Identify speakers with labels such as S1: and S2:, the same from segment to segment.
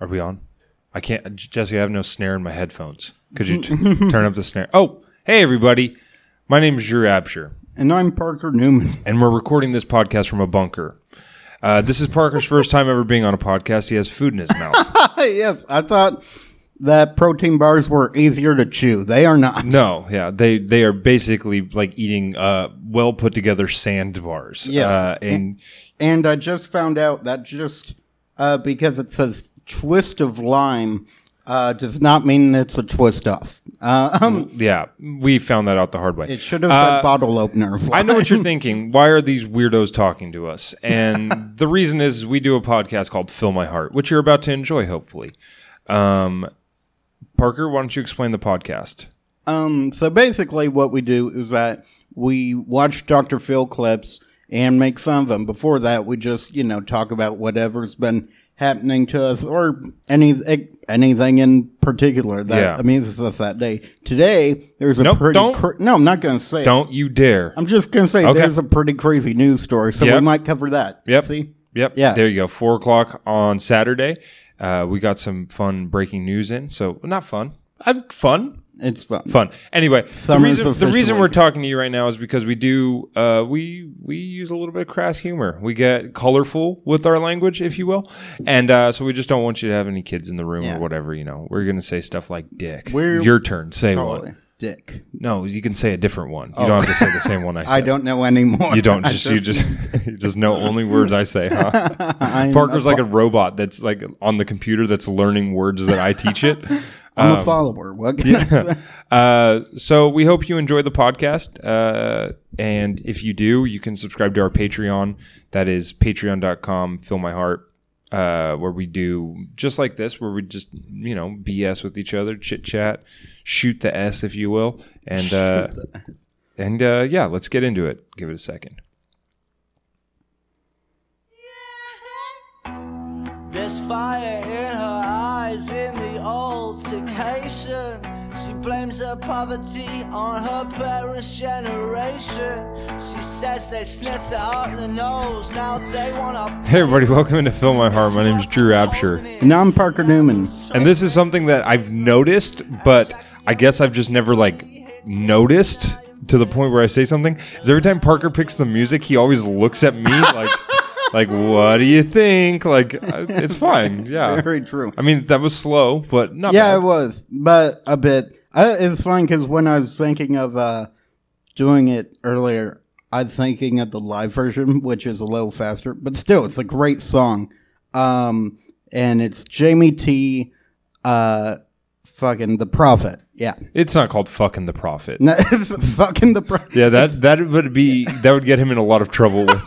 S1: Are we on? I can't, Jesse. I have no snare in my headphones. Could you t- turn up the snare? Oh, hey everybody. My name is Drew Absher,
S2: And I'm Parker Newman.
S1: and we're recording this podcast from a bunker. Uh, this is Parker's first time ever being on a podcast. He has food in his mouth.
S2: yes, I thought that protein bars were easier to chew. They are not.
S1: No, yeah, they they are basically like eating uh, well put together sand bars.
S2: Yes.
S1: uh, and
S2: And I just found out that just uh, because it says twist of lime uh, does not mean it's a twist off. Uh, um,
S1: yeah, we found that out the hard way.
S2: it should have said bottle opener. of
S1: I
S2: lime.
S1: know what you're thinking. Why are these weirdos talking to us? And the reason is we do a podcast called Fill My Heart, which you're about to enjoy, hopefully. Um, Parker, why don't you explain the podcast?
S2: Um, so basically, what we do is that we watch Dr. Phil clips and make fun of them. Before that, we just you know talk about whatever's been happening to us or any anything in particular that
S1: Yeah.
S2: amuses us that day. Today, there's a
S1: Nope,
S2: pretty
S1: don't.
S2: cra- no. I'm not going to say. it.
S1: Don't you dare.
S2: I'm just going to say
S1: Okay.
S2: there's a pretty crazy news story, so we
S1: Yep.
S2: might cover that.
S1: Yep.
S2: See.
S1: Yep.
S2: Yeah.
S1: There you go. Four o'clock on Saturday. Uh, we got some fun breaking news in. So, not fun. I'm fun.
S2: It's fun.
S1: Fun. Anyway, the
S2: Summer's
S1: reason, the
S2: officially-
S1: reason we're talking to you right now is because we do uh, we we use a little bit of crass humor. We get colorful with our language, if you will, and uh, so we just don't want you to have any kids in the room
S2: Yeah.
S1: or whatever. You know, we're gonna say stuff like "dick."
S2: We're-
S1: Your turn. Say
S2: Holy
S1: one.
S2: Dick.
S1: No, you can say a different one. You don't have to say the same one I said.
S2: Oh. I don't know anymore.
S1: You don't
S2: I
S1: just you just you just know only words I say, huh?
S2: I'm
S1: Parker's
S2: a,
S1: like a robot that's like on the computer that's learning words that I teach it.
S2: I'm
S1: um,
S2: a follower. What can I say?
S1: Uh, so we hope you enjoy the podcast. Uh, and if you do, you can subscribe to our Patreon. That is patreon.com, fill my heart, uh, where we do just like this, where we just, you know, BS with each other, chit chat, shoot the S, if you will. And, uh, and, uh, yeah, let's get into it. Give it a second.
S3: There's fire in her eyes in the altercation. She blames her poverty on her parents' generation. She says they snipped her up the nose, now they wanna.
S1: Hey, everybody, welcome into Fill My Heart. My name's Drew Absher.
S2: And I'm Parker Newman.
S1: And this is something that I've noticed, but I guess I've just never like noticed to the point where I say something. Is every time Parker picks the music, he always looks at me like, like, what do you think? Like, uh, it's fine. Yeah.
S2: Very true.
S1: I mean, that was slow, but not
S2: Yeah,
S1: bad.
S2: it was, but a bit. I, it's fine because when I was thinking of uh, doing it earlier, I was thinking of the live version, which is a little faster, but still, it's a great song. Um, and it's Jamie T. Uh, fucking the Prophet. Yeah,
S1: It's not called fucking the prophet.
S2: no, it's fucking the Prophet.
S1: Yeah, that that would be that would get him in a lot of trouble with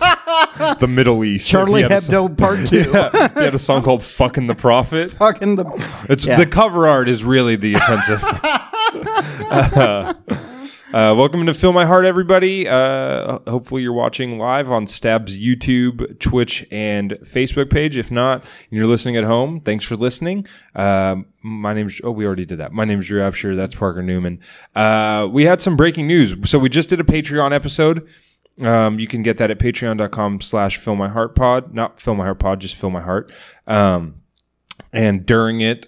S1: the Middle East. if he
S2: Charlie
S1: had a song-
S2: Hebdo Part Two.
S1: Yeah, he had a song called "Fucking the Prophet."
S2: Fucking the.
S1: It's
S2: Yeah.
S1: the cover art is really the offensive. Uh, uh, welcome to Fill My Heart, everybody. Uh, hopefully, you're watching live on Stab's YouTube, Twitch, and Facebook page. If not, and you're listening at home, thanks for listening. Um my name's oh, we already did that. My name's Drew Upshur. That's Parker Newman. Uh, we had some breaking news. So we just did a Patreon episode. Um, you can get that at patreon.com slash fill my heart pod, not fill my heart pod, just fill my heart. Um, and during it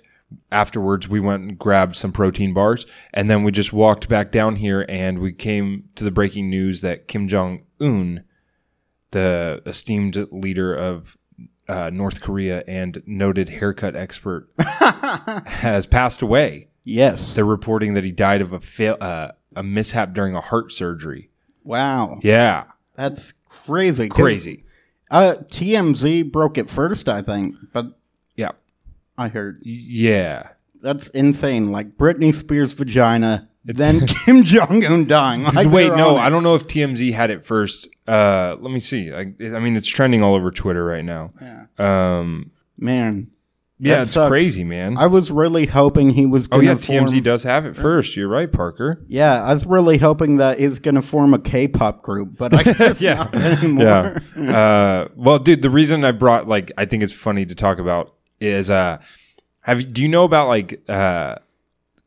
S1: afterwards we went and grabbed some protein bars and then we just walked back down here and we came to the breaking news that kim jong-un the esteemed leader of uh, north korea and noted haircut expert has passed away
S2: Yes.
S1: they're reporting that he died of a, fail, uh, a mishap during a heart surgery
S2: Wow.
S1: yeah
S2: That's crazy. 'cause,
S1: crazy
S2: Uh, TMZ broke it first, I think, but
S1: yeah
S2: I heard.
S1: yeah
S2: That's insane. Like Britney Spears' vagina, then Kim Jong Un dying. Like,
S1: Wait,
S2: they're
S1: no,
S2: on it.
S1: I don't know if TMZ had it first. Uh, let me see. I, I mean, it's trending all over Twitter right now. Yeah, um,
S2: man.
S1: yeah
S2: That
S1: it's
S2: sucks.
S1: crazy, man.
S2: I was really hoping he was.
S1: oh
S2: Gonna
S1: yeah,
S2: form,
S1: TMZ does have it first. You're right, Parker.
S2: Yeah, I was really hoping that he's gonna form a K-pop group, but I guess
S1: Yeah.
S2: not anymore.
S1: Yeah. uh, well, dude, the reason I brought like I think it's funny to talk about is uh, have you- do you know about like uh,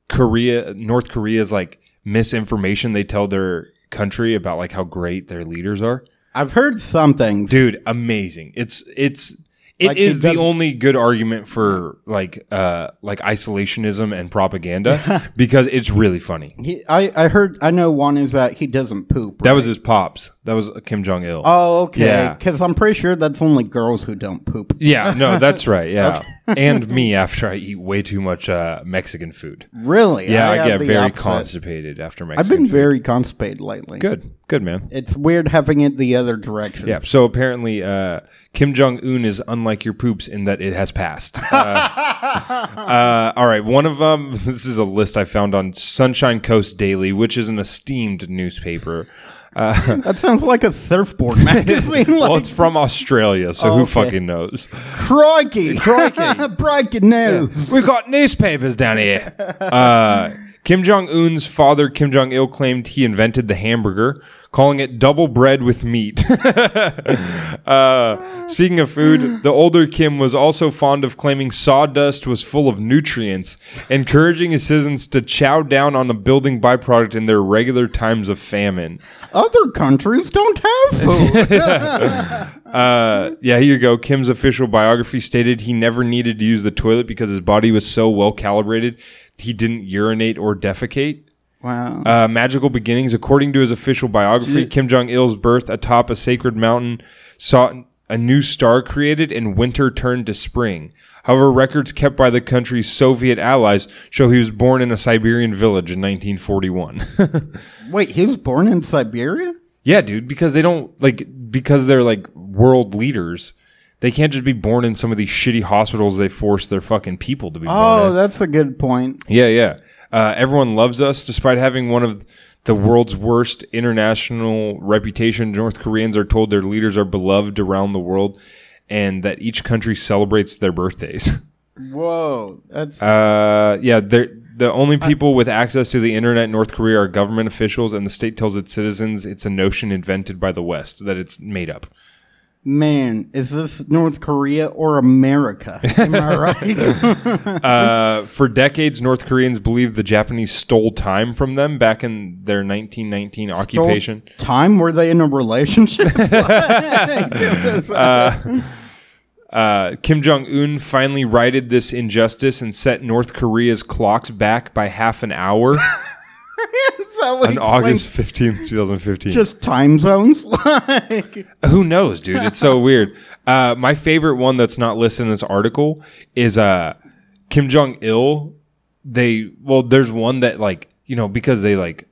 S1: Korea, North Korea's like misinformation they tell their country about like how great their leaders are?
S2: I've heard something.
S1: dude amazing it's it's It is
S2: Like, he
S1: the
S2: doesn't-
S1: only good argument for like uh like isolationism and propaganda because it's really funny.
S2: He, I, I heard, I know one is that he doesn't poop.
S1: That
S2: right?
S1: was his pops. That was Kim Jong Il.
S2: Oh, okay.
S1: Yeah.
S2: Because I'm pretty sure that's only girls who don't poop.
S1: yeah, no, that's right. Yeah, and me after I eat way too much uh, Mexican food.
S2: Really?
S1: Yeah, I,
S2: have
S1: get
S2: the
S1: very
S2: opposite.
S1: constipated after
S2: I've
S1: Mexican.
S2: been
S1: food.
S2: very constipated lately.
S1: good. Good man.
S2: It's weird having it the other direction.
S1: Yeah. So apparently, uh, Kim Jong Un is unlike your poops in that it has passed. Uh, uh, all right. One of them. This is a list I found on Sunshine Coast Daily, which is an esteemed newspaper.
S2: That sounds like a surfboard magazine. like,
S1: well, it's from Australia, so who
S2: okay.
S1: fucking knows?
S2: crikey. Crikey. Breaking news.
S1: We've got newspapers down here. Uh, Kim Jong Un's father, Kim Jong Il, claimed he invented the hamburger, calling it double bread with meat. uh, speaking of food, the older Kim was also fond of claiming sawdust was full of nutrients, encouraging his citizens to chow down on the building byproduct in their regular times of famine.
S2: Other countries don't have food.
S1: Uh, yeah, here you go. Kim's official biography stated he never needed to use the toilet because his body was so well calibrated, he didn't urinate or defecate.
S2: wow.
S1: Uh, magical beginnings, according to his official biography, Kim Jong Il's birth atop a sacred mountain saw a new star created, and winter turned to spring. However, records kept by the country's Soviet allies show he was born in a Siberian village in 1941.
S2: Wait, he was born in Siberia?
S1: Yeah, dude, because they don't like because they're like world leaders. They can't just be born in some of these shitty hospitals they force their fucking people to be
S2: Oh,
S1: born in.
S2: that's a good point.
S1: Yeah, yeah. Uh, everyone loves us despite having one of the world's worst international reputation. North Koreans are told their leaders are beloved around the world and that each country celebrates their birthdays.
S2: Whoa. That's
S1: Uh, yeah, they're the only people with access to the internet in North Korea are government officials, and the state tells its citizens it's a notion invented by the West that it's made up.
S2: man, is this North Korea or America? Am I right?
S1: Uh, for decades, North Koreans believed the Japanese stole time from them back in their 1919 occupation.
S2: Time were they in a relationship?
S1: Uh, Kim Jong Un finally righted this injustice and set North Korea's clocks back by half an hour
S2: So
S1: on
S2: it's
S1: August
S2: like
S1: 15th, 2015.
S2: just time zones. like
S1: Who knows, dude? It's so weird. Uh, my favorite one that's not listed in this article is uh, Kim Jong Il. They well, there's one that like you know because they like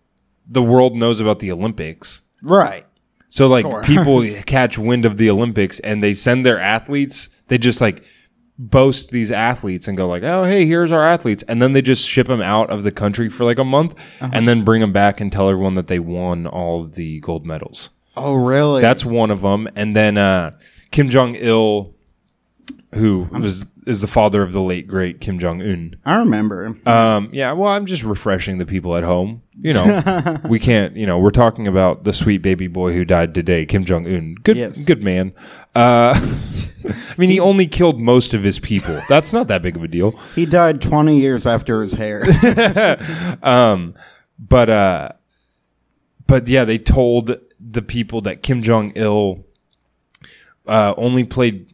S1: the world knows about the Olympics,
S2: right.
S1: so like people catch wind of the Olympics and they send their athletes. They just like boast these athletes and go like, oh hey, here's our athletes, and then they just ship them out of the country for like a month and then bring them back and tell everyone that they won all of the gold medals.
S2: Oh really?
S1: That's one of them. And then uh, Kim Jong Il, who was is the father of the late great Kim Jong Un.
S2: I remember.
S1: Um, yeah. Well, I'm just refreshing the people at home. You know, we can't. You know, we're talking about the sweet baby boy who died today, Kim Jong Un. Good,
S2: Yes.
S1: good man. Uh, I mean, he only killed most of his people. That's not that big of a deal.
S2: he died 20 years after his hair.
S1: but uh but yeah they told the people that kim jong-il uh only played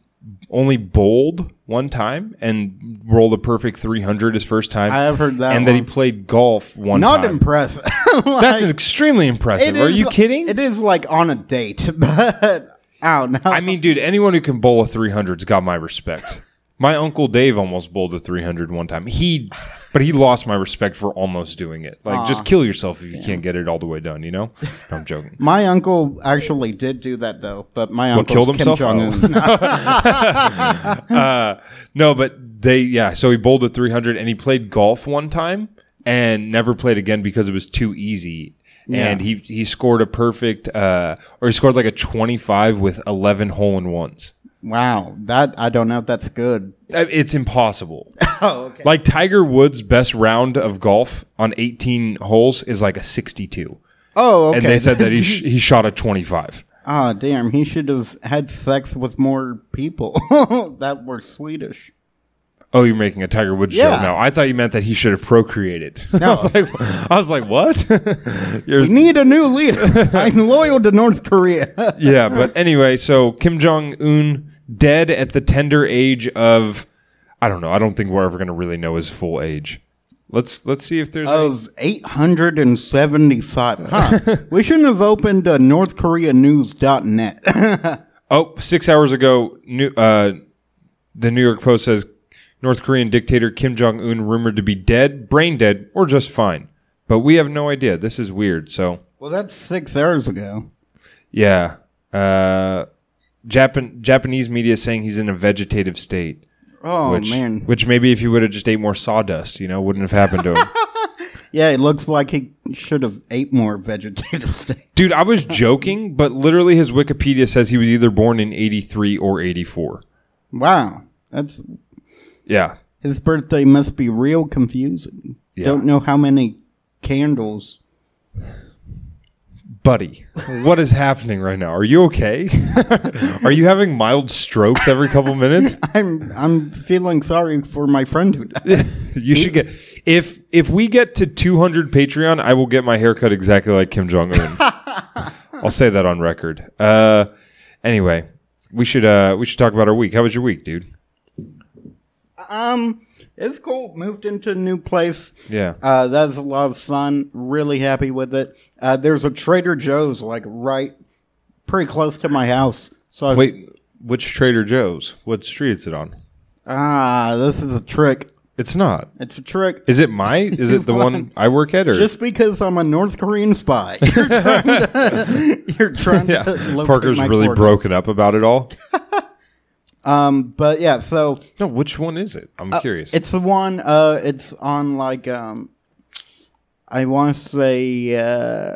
S1: only bowled one time and rolled a perfect 300 his first time
S2: I have heard that
S1: and that he
S2: one.
S1: played golf one
S2: Not
S1: time
S2: impressive.
S1: that's extremely impressive
S2: It
S1: are
S2: is-
S1: you kidding
S2: It is like on a date, but oh no.
S1: i mean dude anyone who can bowl a 300's got my respect my uncle dave almost bowled a 300 one time he but he lost my respect for almost doing it like just kill yourself if you can't get it all the way done you know No, i'm joking
S2: my uncle actually did do that though, but my uncle
S1: killed himself? Oh. No, but they yeah. So he bowled a 300 and he played golf one time and never played again because it was too easy. And he he scored a perfect uh or he scored like a 25 with 11 hole in ones.
S2: Wow, that I don't know if that's good.
S1: Uh, It's impossible.
S2: Oh, okay.
S1: like Tiger Woods' best round of golf on 18 holes is like a 62.
S2: Oh, okay.
S1: And they said that he sh- he shot a 25.
S2: Ah, damn, he should have had sex with more people that were Swedish.
S1: Oh, you're making a Tiger Woods
S2: Yeah.
S1: joke now. I thought you meant that he should have procreated. I
S2: No.
S1: was like, I was like, what? You're
S2: We need a new leader. I'm loyal to North Korea.
S1: yeah, but anyway, so Kim Jong Un dead at the tender age of I don't know. I don't think we're ever going to really know his full age. Let's let's see if there's any-
S2: Of 875. Huh. we shouldn't have opened uh, NorthKoreaNews.net.
S1: Oh, six hours ago, new, uh, the New York Post says North Korean dictator Kim Jong Un rumored to be dead, brain dead, or just fine. But we have no idea. This is weird. So
S2: well, that's six hours ago.
S1: yeah, uh, Japan Japanese media is saying he's in a vegetative state.
S2: Oh,
S1: which,
S2: man.
S1: which maybe if he would have just ate more sawdust, you know, wouldn't have happened to him.
S2: Yeah, it looks like he should have ate more vegetative steak.
S1: Dude, I was joking, but literally his Wikipedia says he was either born in '83 or '84.
S2: Wow. That's
S1: Yeah,
S2: his birthday must be real confusing.
S1: Yeah.
S2: Don't know how many candles.
S1: buddy, what is happening right now? Are you okay? Are you having mild strokes every couple minutes?
S2: I'm I'm feeling sorry for my friend who died.
S1: You should get if if we get to 200 Patreon, I will get my haircut exactly like Kim Jong Un. I'll say that on record. Uh, anyway, we should uh, we should talk about our week. How was your week, dude?
S2: um, it's cool. Moved into a new place.
S1: Yeah.
S2: Uh, that's a lot of fun. Really happy with it. Uh, there's a Trader Joe's like right, pretty close to my house. So I-
S1: Wait, which Trader Joe's? What street is it on?
S2: ah, this is a trick.
S1: It's not.
S2: It's a trick.
S1: Is it my? Is it the one I work at? Or
S2: Just because I'm a North Korean spy, you're trying to, you're trying
S1: yeah,
S2: to locate
S1: Parker's
S2: uh, my
S1: really
S2: coordinates.
S1: broken up about it all.
S2: Um, but yeah, so
S1: No, which one is it?
S2: Uh,
S1: I'm curious.
S2: It's the one. Uh, it's on like um, I want to say uh,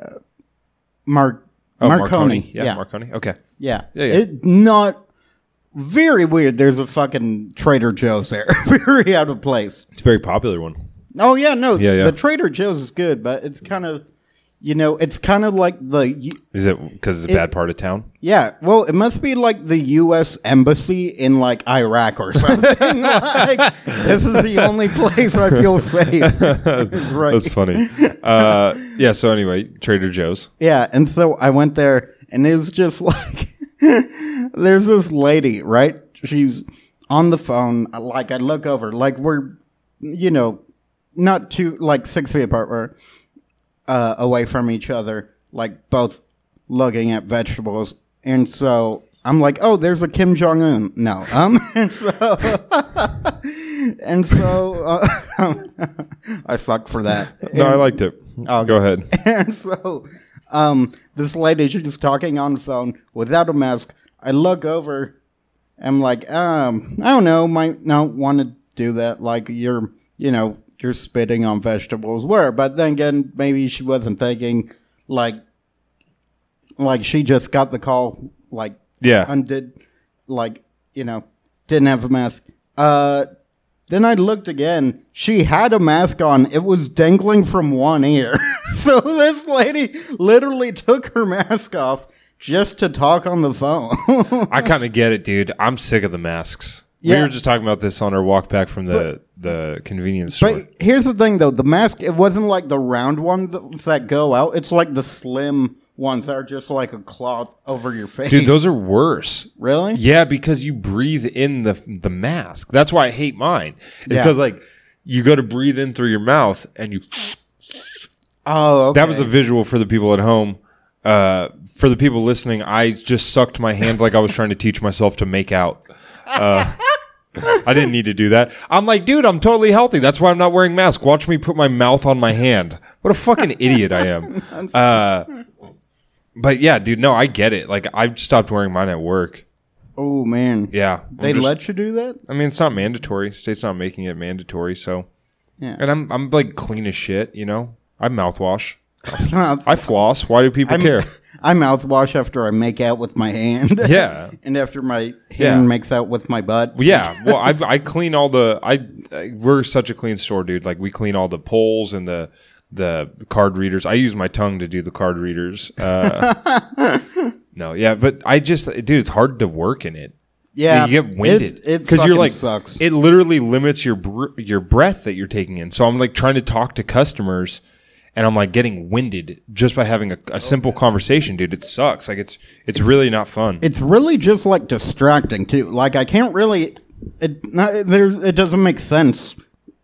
S2: Mark
S1: Oh,
S2: Marconi.
S1: Yeah,
S2: Yeah, yeah,
S1: Marconi. Okay.
S2: yeah.
S1: Yeah, yeah.
S2: It not very weird. There's a fucking Trader Joe's there, very out of place.
S1: It's a very popular one.
S2: Oh yeah, no,
S1: Yeah, yeah.
S2: the Trader Joe's is good, but it's kind of, you know, it's kind of like the
S1: Is it because it's a bad part of town?
S2: yeah. Well, it must be like the U.S. embassy in like Iraq or something. like, this is the only place I feel safe. right.
S1: That's funny. Uh, yeah. So anyway, Trader Joe's.
S2: Yeah, and so I went there, and it was just like there's this lady, right? She's on the phone. Like I look over, like we're, you know, not too like six feet apart. We're uh, away from each other, like both looking at vegetables, and so. I'm like, oh, there's a Kim Jong Un. No, um, and so, and so, uh, I suck for that.
S1: No, I liked it. Go ahead.
S2: And so, um, this lady, she's talking on the phone without a mask. I look over, I'm like, um, I don't know, might not want to do that. Like, you're, you know, you're spitting on vegetables. Where? But then again, maybe she wasn't thinking, like, like she just got the call, like,
S1: Yeah.
S2: undid, like, you know, didn't have a mask. Uh, then I looked again. She had a mask on. It was dangling from one ear. so this lady literally took her mask off just to talk on the phone.
S1: I kind of get it, dude. I'm sick of the masks. We
S2: Yeah.
S1: were just talking about this on our walk back from the the convenience store.
S2: but here's the thing though, the mask it wasn't like the round ones that go out. It's like the slim ones that are just like a cloth over your face.
S1: Dude, those are worse.
S2: really?
S1: Yeah, because you breathe in the the mask. That's why I hate mine. It's
S2: Yeah.
S1: because like you go to breathe in through your mouth and you.
S2: Oh, okay.
S1: That was a visual for the people at home. Uh, for the people listening, I just sucked my hand like I was trying to teach myself to make out. Uh, I didn't need to do that. I'm like, dude, I'm totally healthy. That's why I'm not wearing mask. Watch me put my mouth on my hand. What a fucking idiot I am. Uh, but yeah, dude, no, I get it. Like I've stopped wearing mine at work.
S2: oh man.
S1: Yeah, I'm
S2: They
S1: just-
S2: let you do that?
S1: I mean, it's not mandatory. State's not making it mandatory. So,
S2: Yeah.
S1: and I'm I'm like clean as shit. You know, I mouthwash. I floss. Why do people care?
S2: I mouthwash after I make out with my hand.
S1: Yeah.
S2: and after my hand
S1: Yeah.
S2: makes out with my butt.
S1: Well, Yeah, well, I I clean all the I, I we're such a clean store, dude. Like we clean all the poles and the the card readers. I use my tongue to do the card readers. Uh, no, yeah, but I just dude, it's hard to work in it.
S2: Yeah,
S1: you get winded
S2: it
S1: because you're
S2: fucking
S1: like
S2: sucks.
S1: it literally limits your br- your breath that you're taking in. So I'm like trying to talk to customers, and I'm like getting winded just by having a, a simple conversation, dude. It sucks. Like it's it's really not fun.
S2: it's really just like distracting too. Like I can't really, it not, there's it doesn't make sense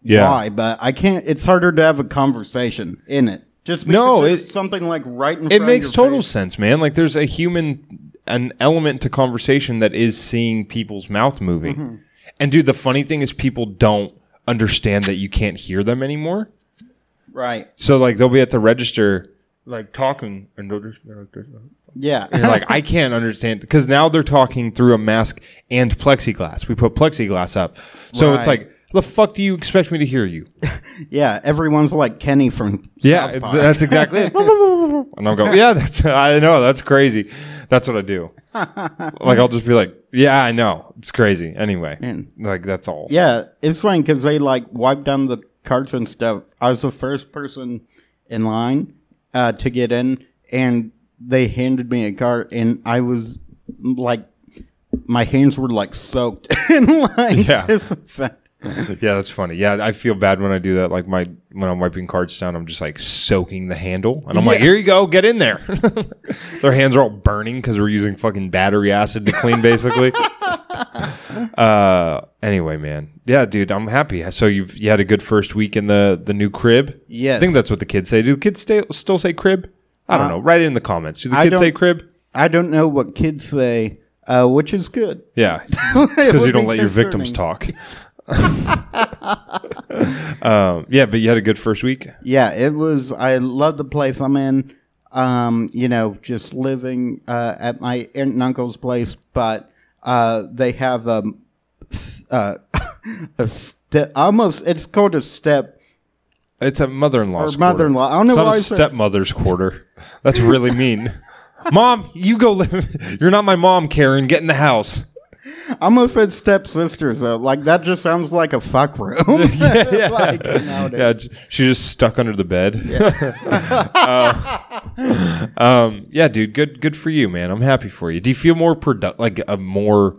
S1: Yeah.
S2: why, but I can't. It's harder to have a conversation in it. Just because
S1: No,
S2: there's
S1: it-
S2: something like right in.
S1: it
S2: front of
S1: makes
S2: your
S1: total
S2: face.
S1: sense, man. Like there's a human an element to conversation that is seeing people's mouth moving.
S2: Mm-hmm.
S1: And dude, the funny thing is people don't understand that you can't hear them anymore.
S2: right.
S1: So like they'll be at the register like talking and they'll just they're like, this.
S2: Yeah,
S1: And you're like I can't understand because now they're talking through a mask and plexiglass. We put plexiglass up, so it's
S2: Right.
S1: like the fuck do you expect me to hear you?
S2: yeah. Everyone's like Kenny from
S1: Yeah,
S2: South
S1: it's,
S2: Park.
S1: that's exactly it. and I'm going, yeah, that's I know that's crazy. That's what I do. like I'll just be like, yeah, I know it's crazy. Anyway, like that's all.
S2: Yeah, it's funny because they like wiped down the carts and stuff. I was the first person in line uh, to get in, and they handed me a cart, and I was like, my hands were like soaked in like
S1: Yeah.
S2: disinfect.
S1: Yeah, that's funny. Yeah, I feel bad when I do that. Like my when I'm wiping cards down, I'm just like soaking the handle, and I'm like,
S2: Yeah.
S1: "Here you go, get in there." Their hands are all burning because we're using fucking battery acid to clean, basically. uh, anyway, man, yeah, dude, I'm happy. So you have you had a good first week in the the new crib.
S2: Yes. Uh,
S1: I think that's what the kids say. Do the kids stay, still say crib? I don't know. Write it in the comments. Do the
S2: I
S1: kids say
S2: don't-
S1: crib?
S2: I don't know what kids say, uh, which is good.
S1: Yeah, it's because
S2: would
S1: you don't
S2: be
S1: let your victims
S2: concerning.
S1: talk. um, yeah, but you had a good first week.
S2: Yeah, it was. I love the place I'm in. Um, you know, just living uh, at my aunt and uncle's place, but uh, they have um, s- uh, a step. Almost, it's called a step.
S1: It's a mother-in-law's
S2: Or mother-in-law.
S1: Quarter.
S2: I don't know
S1: It's not
S2: why I
S1: a
S2: said-
S1: stepmother's quarter. That's really mean. mom, you go live. You're not my mom, Karen. Get in the house.
S2: Almost said stepsisters. Though, like that just sounds like a fuck room.
S1: yeah.
S2: like, nowadays.
S1: Yeah, j- she's just stuck under the bed. Yeah. um, yeah, dude. Good, good for you, man. I'm happy for you. Do you feel more product, like a more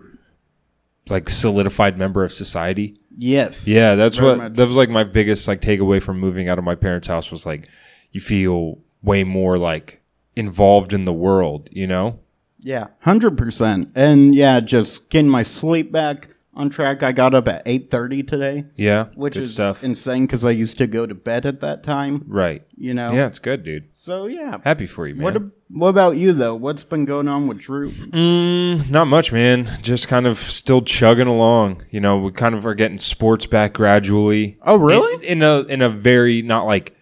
S1: like solidified member of society?
S2: Yes.
S1: Yeah, that's
S2: Very
S1: what
S2: much.
S1: that was like my biggest like takeaway from moving out of my parents' house was like you feel way more like involved in the world, you know?
S2: Yeah, hundred percent. And yeah, just getting my sleep back on track. I got up at eight thirty today,
S1: Yeah.
S2: which
S1: good
S2: is
S1: stuff.
S2: insane because I used to go to bed at that time.
S1: right.
S2: You know.
S1: Yeah, it's good, dude.
S2: So yeah.
S1: Happy for you, man.
S2: Oh. What ab- What about you though? What's been going on with Drew?
S1: Mm, not much, man. Just kind of still chugging along. You know, we kind of are getting sports back gradually.
S2: Oh, really?
S1: In, in a in a very not like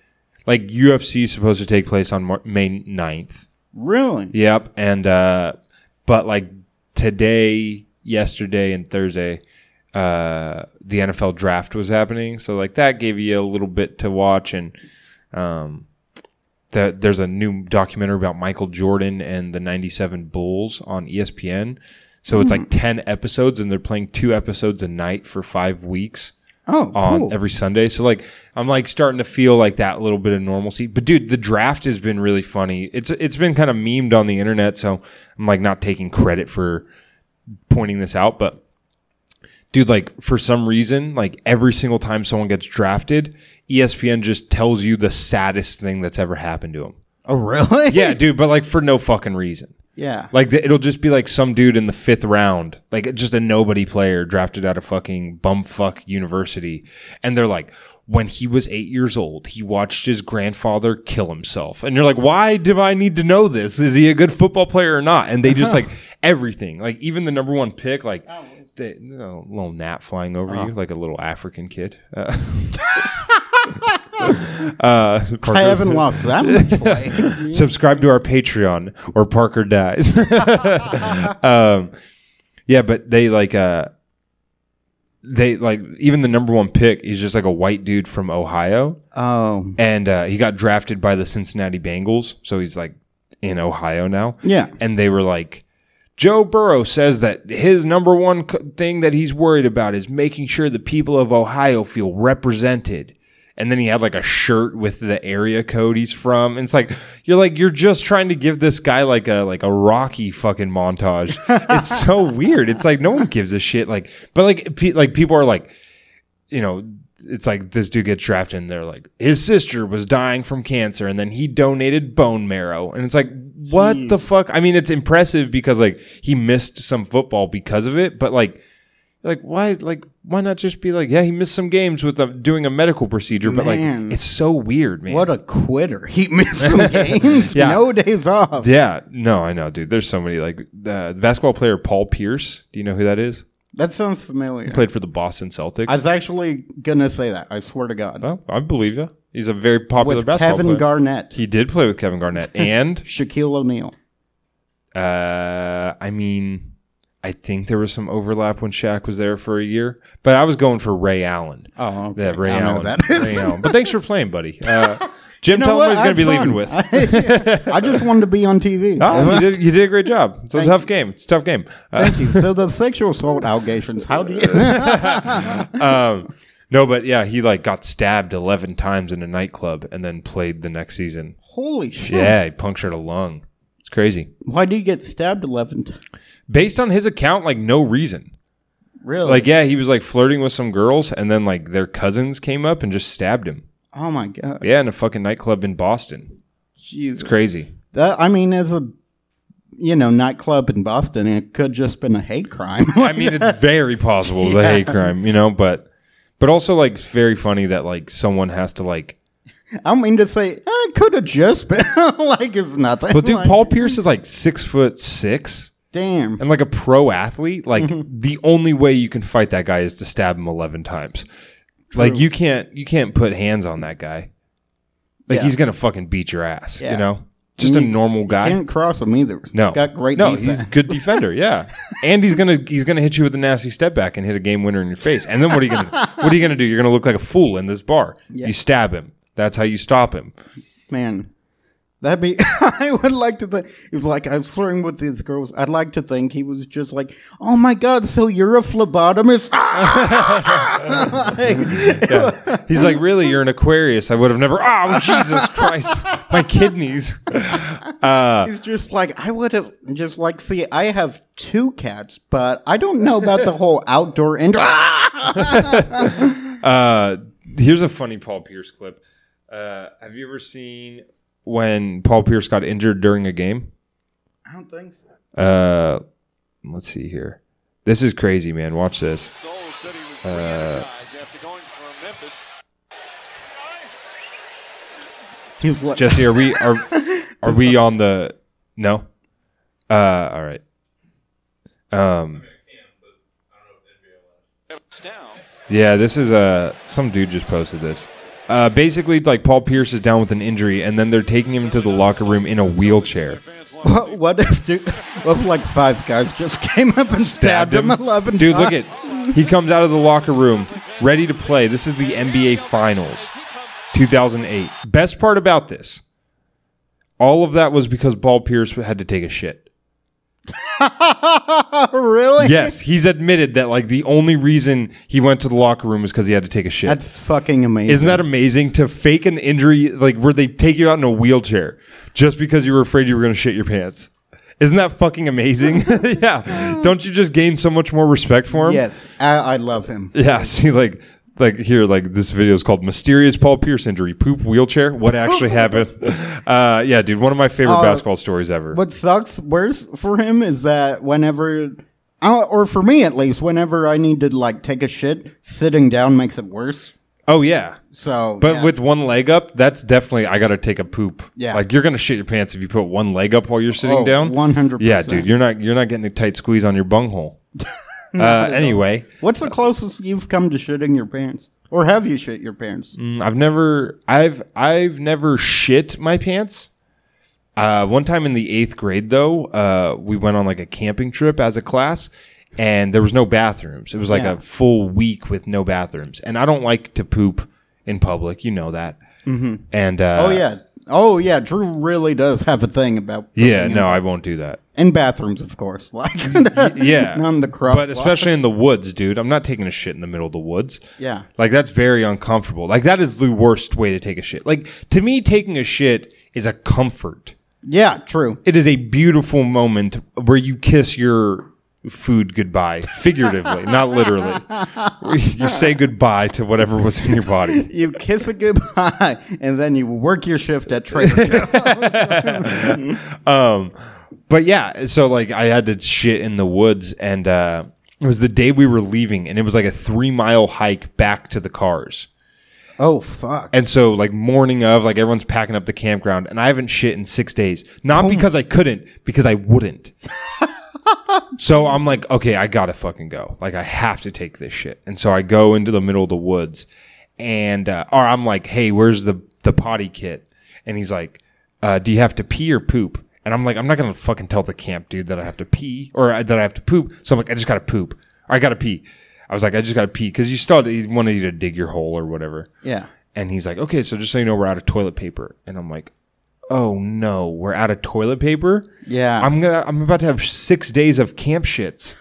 S1: like UFC is supposed to take place on Mar- May 9th.
S2: Really?
S1: Yep. And uh but like today, yesterday and Thursday, uh the NFL draft was happening. So like that gave you a little bit to watch and um that there's a new documentary about Michael Jordan and the 97 Bulls on E ESPN. So it's like 10 episodes and they're playing two episodes a night for 5 weeks
S2: Oh,
S1: on
S2: cool.
S1: every Sunday. So like I'm like starting to feel like that little bit of normalcy. But dude, the draft has been really funny. It's it's been kind of memed on the internet, so I'm like not taking credit for pointing this out, but dude, like for some reason, like every single time someone gets drafted, E ESPN just tells you the saddest thing that's ever happened to him.
S2: oh, really?
S1: Yeah, dude, but like for no fucking reason.
S2: Yeah.
S1: Like the, it'll just be like some dude in the fifth round, like just a nobody player drafted out of fucking bumfuck university, and they're like, when he was eight years old, he watched his grandfather kill himself, and you're like, why do I need to know this? Is he a good football player or not? And they just like everything, like even the number one pick, like. They, you know, little gnat flying over you like a little African kid. Uh, uh, Parker-
S2: I haven't lost that much weight.
S1: subscribe to our Patreon or Parker dies. um, yeah, but they like uh, they like even the number one pick is just like a white dude from Ohio,
S2: Oh,
S1: and uh, he got drafted by the Cincinnati Bengals, so he's like in Ohio now.
S2: Yeah.
S1: and they were like. Joe Burrow says that his number one c- thing that he's worried about is making sure the people of Ohio feel represented. And then he had like a shirt with the area code he's from. And it's like you're like you're just trying to give this guy like a like a Rocky fucking montage. it's so weird. It's like no one gives a shit. Like, but like pe- like people are like, you know, it's like this dude gets drafted and they're like his sister was dying from cancer and then he donated bone marrow and it's like what the fuck i mean it's impressive because like he missed some football because of it but like like why like why not just be like yeah he missed some games with uh doing a medical procedure but
S2: Man.
S1: like it's so weird man
S2: What a quitter. He missed some games.
S1: Yeah.
S2: No days off.
S1: yeah no i know dude there's so many like uh, basketball player paul pierce do you know who that is
S2: That sounds familiar.
S1: played for the boston celtics
S2: I was actually going to say that. I swear to God.
S1: Well, I believe you. He's a very popular
S2: With
S1: basketball
S2: Kevin
S1: player.
S2: Garnett,
S1: he did play with Kevin Garnett, and
S2: Shaquille O'Neal.
S1: uh, I mean, I think there was some overlap when Shaq was there for a year. But I was going for Ray Allen.
S2: Oh, okay.
S1: That Ray
S2: I don't know
S1: Allen.
S2: who that is.
S1: Ray Allen. But thanks for playing, buddy. Uh, Jim,
S2: You know
S1: tell him
S2: what?
S1: who he's going to
S2: Had
S1: be leaving
S2: fun.
S1: with.
S2: I just wanted to be on TV.
S1: Oh, you, did, you did a great job. It's a tough game. It's a tough game. Uh,
S2: Thank you. So the sexual assault allegations. How do you?
S1: um, no, but yeah, he like got stabbed eleven times in a nightclub and then played the next season.
S2: Holy shit!
S1: Yeah, he punctured a lung. It's crazy.
S2: Why do you get stabbed eleven times?
S1: based on his account, like no reason.
S2: Really?
S1: Like, yeah, he was like flirting with some girls, and then like their cousins came up and just stabbed him.
S2: oh my god!
S1: Yeah, in a fucking nightclub in Boston.
S2: Jesus.
S1: It's crazy.
S2: That, I mean, as a you know nightclub in Boston, it could just been a hate crime.
S1: I mean, it's very possible it's a
S2: Yeah.
S1: hate crime, you know, but but also like it's very funny that like someone has to like.
S2: I don't mean to say eh, it could have just been like it's nothing.
S1: But dude,
S2: Like,
S1: Paul Pierce is like six foot six
S2: damn.
S1: and like a pro athlete. Like the only way you can fight that guy is to stab him eleven times. Like you can't you can't put hands on that guy. Like
S2: Yeah.
S1: he's gonna fucking beat your ass.
S2: Yeah.
S1: You know, just a
S2: You-
S1: normal guy.
S2: Can't cross him either.
S1: No,
S2: He's got great.
S1: No,
S2: defense.
S1: he's a good defender. Yeah, and he's gonna he's gonna hit you with a nasty step back and hit a game winner in your face. And then what are you gonna what are you gonna do? You're gonna look like a fool in this bar. You stab him. That's how you stop him.
S2: Man, that'd be. I would like to think. If like I was flirting with these girls, I'd like to think he was just like, "Oh my god, so you're a phlebotomist." Like,
S1: Yeah. He's like, really, you're an Aquarius. I would have never. Oh, Jesus Christ, my kidneys.
S2: He's just like, I would have just like, see, I have two cats, but I don't know about the whole outdoor indoor.
S1: Uh, here's a funny Paul Pierce clip. Uh, have you ever seen when Paul Pierce got injured during a game?
S2: I don't think so.
S1: Uh, let's see here. This is crazy, man. Watch this.
S4: Soul said he was re-energized after going from Memphis.
S2: He's like,
S1: Jesse, are we are are we on the no? Uh, all right. Um,
S4: Memphis down.
S1: yeah, this is uh, some dude just posted this. Uh, basically, like Paul Pierce is down with an injury, and then they're taking him to the locker room in a wheelchair.
S4: Fans want
S2: what, what if, dude, what if like five guys just came up and stabbed, him? eleven
S1: Dude, look at
S2: times?
S1: he comes out of the locker room ready to play. This is the NBA Finals, 2008. Best part about this, all of that was because Paul Pierce had to take a shit.
S2: Oh, really?
S1: yes, he's admitted that like the only reason he went to the locker room is because he had to take a shit.
S2: That's fucking amazing.
S1: Isn't that amazing to fake an injury like where they take you out in a wheelchair just because you were afraid you were going to shit your pants? Isn't that fucking amazing? yeah. Don't you just gain so much more respect for him?
S2: Yes, I, I love him.
S1: Yeah. See, like, like here, like this video is called "Mysterious Paul Pierce Injury: Poop Wheelchair." What actually happened? Uh, yeah, dude, one of my favorite
S2: Uh,
S1: basketball stories ever.
S2: What sucks worse for him is that whenever, I- or for me at least, whenever I need to like take a shit, sitting down makes it worse.
S1: oh yeah,
S2: So,
S1: But
S2: yeah.
S1: with one leg up, that's definitely I gotta take a poop.
S2: Yeah.
S1: like you're gonna shit your pants if you put one leg up while you're sitting
S2: Oh,
S1: down.
S2: 100%.
S1: Yeah, dude, you're not you're not getting a tight squeeze on your bunghole. uh, anyway,
S2: what's the closest you've come to shitting your pants, or have you shit your pants?
S1: mm, I've never I've I've never shit my pants. Uh, one time in the eighth grade, though, uh, we went on like a camping trip as a class, and there was no bathrooms. It was like
S2: Yeah.
S1: a full week with no bathrooms, and I don't like to poop in public. You know that. Mm-hmm. And uh,
S2: oh yeah, oh yeah. Drew really does have a thing about
S1: yeah. No, I won't do that.
S2: in bathrooms, of course. Like
S1: yeah,
S2: on the cross,
S1: but especially in the woods, dude. I'm not taking a shit in the middle of the woods.
S2: Yeah.
S1: like that's very uncomfortable. Like that is the worst way to take a shit. Like to me, taking a shit is a comfort.
S2: yeah, true.
S1: It is a beautiful moment where you kiss your food goodbye, figuratively, not literally. You say goodbye to whatever was in your body.
S2: You kiss it goodbye, and then you work your shift at Trader Joe's.
S1: um but yeah so like i had to shit in the woods and uh it was the day we were leaving and it was like a three mile hike back to the cars
S2: Oh fuck!
S1: and so like morning of like everyone's packing up the campground and i haven't shit in six days not because i couldn't because i wouldn't so i'm like okay i gotta fucking go like i have to take this shit and so i go into the middle of the woods and uh, or i'm like hey where's the the potty kit and he's like uh, do you have to pee or poop and i'm like i'm not gonna fucking tell the camp dude that i have to pee or I- that i have to poop so i'm like i just gotta poop i gotta pee i was like i just gotta pee because you still wanted you to dig your hole or whatever
S2: yeah,
S1: and he's like, okay, so just so you know, we're out of toilet paper. And I'm like, oh no, we're out of toilet paper.
S2: Yeah.
S1: I'm gonna, I'm about to have six days of camp shits.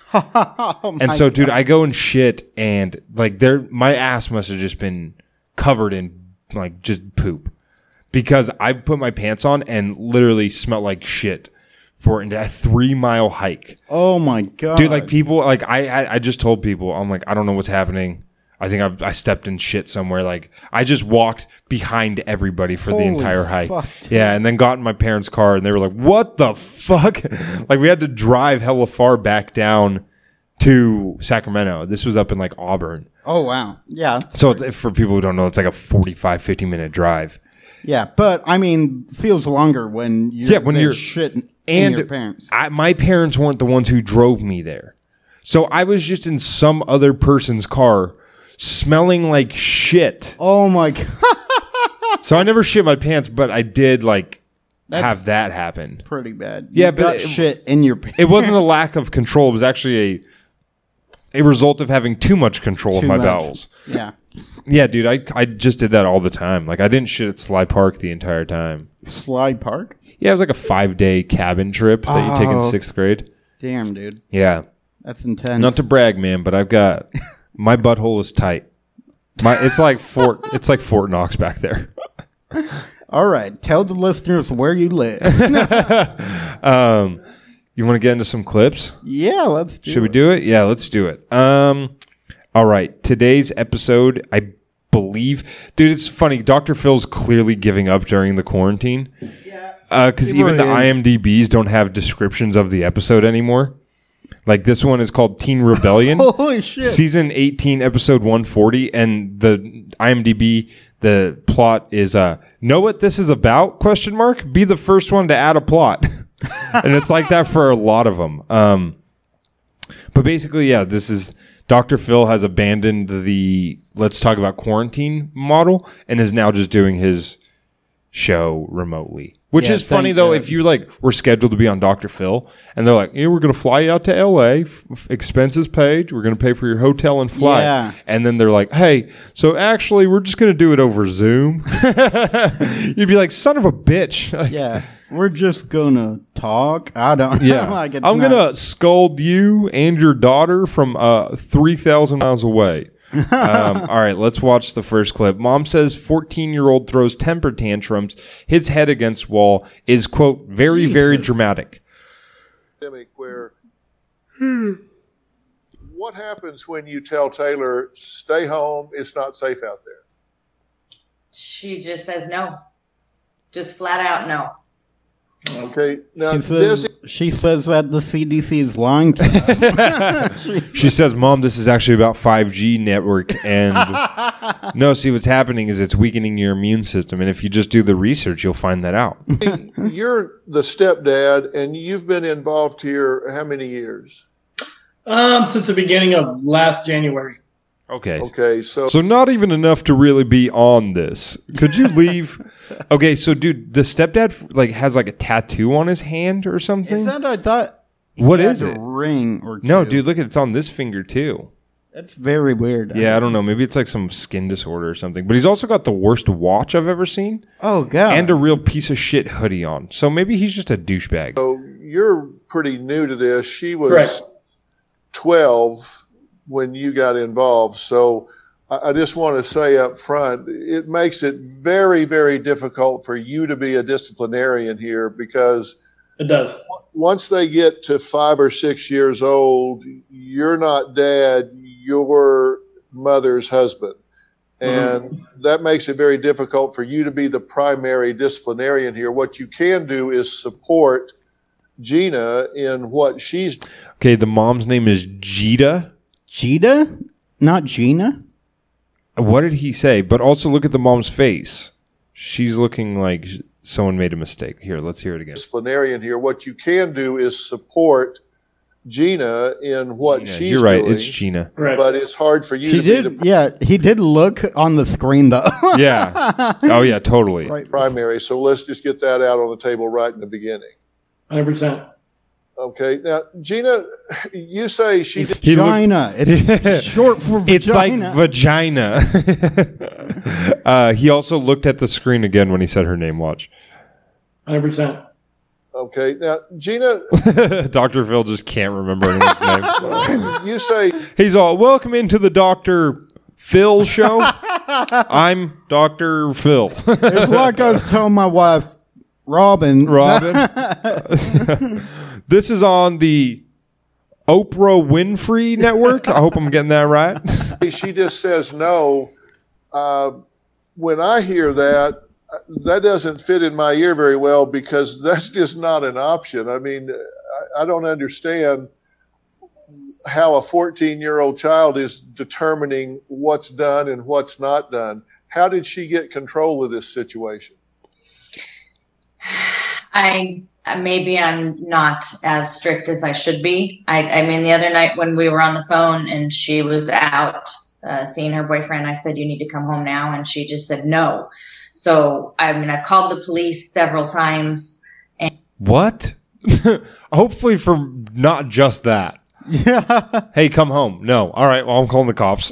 S1: and so, dude, I go and shit, and like, there, my ass must have just been covered in like just poop because I put my pants on and literally smelled like shit for a three mile hike
S2: Oh my god,
S1: dude like people like I, I i just told people i'm like i don't know what's happening i think I've, i stepped in shit somewhere like i just walked behind everybody for the
S2: Holy
S1: entire hike
S2: fuck,
S1: yeah and then got in my parents car and they were like what the fuck like we had to drive hella far back down to sacramento this was up in like auburn
S2: Oh wow. Yeah,
S1: so it's, for people who don't know it's like a 45 50 minute drive
S2: yeah, but I mean, feels longer when you
S1: Yeah, when you're-
S2: shit and
S1: and
S2: your parents.
S1: I, my parents weren't the ones who drove me there. So I was just in some other person's car smelling like shit.
S2: Oh my god,
S1: So I never shit my pants, but I did like
S2: That's-
S1: have that happen.
S2: pretty bad.
S1: Yeah,
S2: You
S1: but
S2: got
S1: it-
S2: shit in your pants.
S1: It wasn't a lack of control, it was actually a a result of having too much control of
S2: Too
S1: my
S2: much.
S1: bowels.
S2: yeah,
S1: Yeah, dude, I I just did that all the time. Like I didn't shit at Sly Park the entire time.
S2: Slide Park.
S1: Yeah, it was like a 5-day cabin trip that you take in
S2: Oh.
S1: 6th grade.
S2: Damn, dude,
S1: Yeah.
S2: that's intense.
S1: Not to brag, man, but I've got my butthole is tight. My it's like Fort it's like Fort Knox back there.
S2: All right, tell the listeners where you live.
S1: You want to get into some clips?
S2: yeah, let's do.
S1: Should we
S2: it.
S1: do it? Yeah, let's do it. Um, all right. Today's episode, I believe, dude. It's funny. Dr. Phil's clearly giving up during the quarantine. Yeah. Because even the IMDb's don't have descriptions of the episode anymore. Like this one is called Teen Rebellion.
S2: Holy shit!
S1: season 18 episode 140 and the imdb the plot is uh know what this is about question mark be the first one to add a plot and it's like that for a lot of them um but basically yeah this is dr phil has abandoned the let's talk about quarantine model and is now just doing his show remotely which
S2: Yeah,
S1: is funny
S2: thank
S1: though
S2: God.
S1: if you like were scheduled to be on dr phil and they're like yeah we're gonna fly you out to la f- f- expenses paid we're gonna pay for your hotel and flight
S2: Yeah.
S1: and then they're like hey so actually we're just gonna do it over zoom you'd be like son of a bitch Like,
S2: yeah, we're just gonna talk. I don't.
S1: yeah.
S2: like it's
S1: I'm
S2: not-
S1: going to scold you and your daughter from uh, 3,000 miles away. um, all right, let's watch the first clip. Mom says 14 year old throws temper tantrums, hits head against wall, is, quote, very, very dramatic.
S5: pandemic where what happens when you tell Taylor, stay home, it's not safe out there?
S6: She just says no. Just flat out no.
S5: Okay, now
S2: He
S5: this
S2: says, she says that the CDC is lying to us.
S1: She says, Mom, this is actually about 5G network. And no, see, what's happening is it's weakening your immune system. And if you just do the research, you'll find that out.
S5: you're the stepdad and you've been involved here how many years?
S7: Um, since the beginning of last January.
S1: Okay.
S5: Okay, so,
S1: So not even enough to really be on this. Could you leave? okay, so dude, the stepdad like has like a tattoo on his hand or something.
S2: Is that I thought? he
S1: What
S2: had
S1: is
S2: a
S1: it?
S2: Ring or
S1: no,
S2: two.
S1: dude, look at it's on this finger too.
S2: That's very weird.
S1: Yeah, I don't know. Maybe it's like some skin disorder or something. But he's also got the worst watch I've ever seen
S2: Oh god.
S1: and a real piece of shit hoodie on. So maybe he's just a douchebag.
S5: so you're pretty new to this. She was
S7: Correct.
S5: 12 when you got involved. So I, I just want to say up front, it makes it very, very difficult for you to be a disciplinarian here because
S7: It does.
S5: once they get to five or six years old, you're not dad, you're mother's husband.
S1: Mm-hmm.
S5: And that makes it very difficult for you to be the primary disciplinarian here. What you can do is support Gina in what she's
S1: Okay, the mom's name is Jita.
S2: Gita? Not Gina?
S1: What did he say? But also look at the mom's face. She's looking like sh- someone made a mistake. Here, let's hear it again.
S5: disciplinarian here. What you can do is support Gina in what
S1: Yeah,
S5: she's
S1: you're right.
S5: doing.
S1: It's Gina.
S7: Right.
S5: but it's hard for you
S2: She
S5: to be
S2: did.
S5: the
S2: Yeah, he did look on the screen though.
S1: Yeah. Oh yeah, totally.
S2: Right.
S5: primary. So let's just get that out on the table right in the beginning.
S7: 100%.
S5: Okay. Now, Gina, you say she did,
S1: He looked-
S2: Vagina. It is short for vagina.
S1: It's like vagina. uh, he also looked at the screen again when he said her name. Watch.
S7: 100%.
S5: okay. Now, Gina,
S1: Dr. Phil just can't remember anyone's name.
S5: you say
S1: He's all, welcome into the Dr. Phil show. I'm Dr. Phil.
S2: it's like I was telling my wife, Robin.
S1: Robin. this is on the Oprah Winfrey Network. I hope I'm getting that right.
S5: she just says no. Uh, when I hear that, uh, that doesn't fit in my ear very well because that's just not an option. I mean, I, I don't understand how a 14 year old child is determining what's done and what's not done. How did she get control of this situation?
S6: I uh, maybe I'm not as strict as I should be. I, I mean, the other night when we were on the phone and she was out uh, seeing her boyfriend, I said, "You need to come home now," and she just said no. So I mean, I've called the police several times.
S1: What? Hopefully, for not just that.
S2: Yeah.
S1: Hey, come home. No. All right. Well, I'm calling the cops.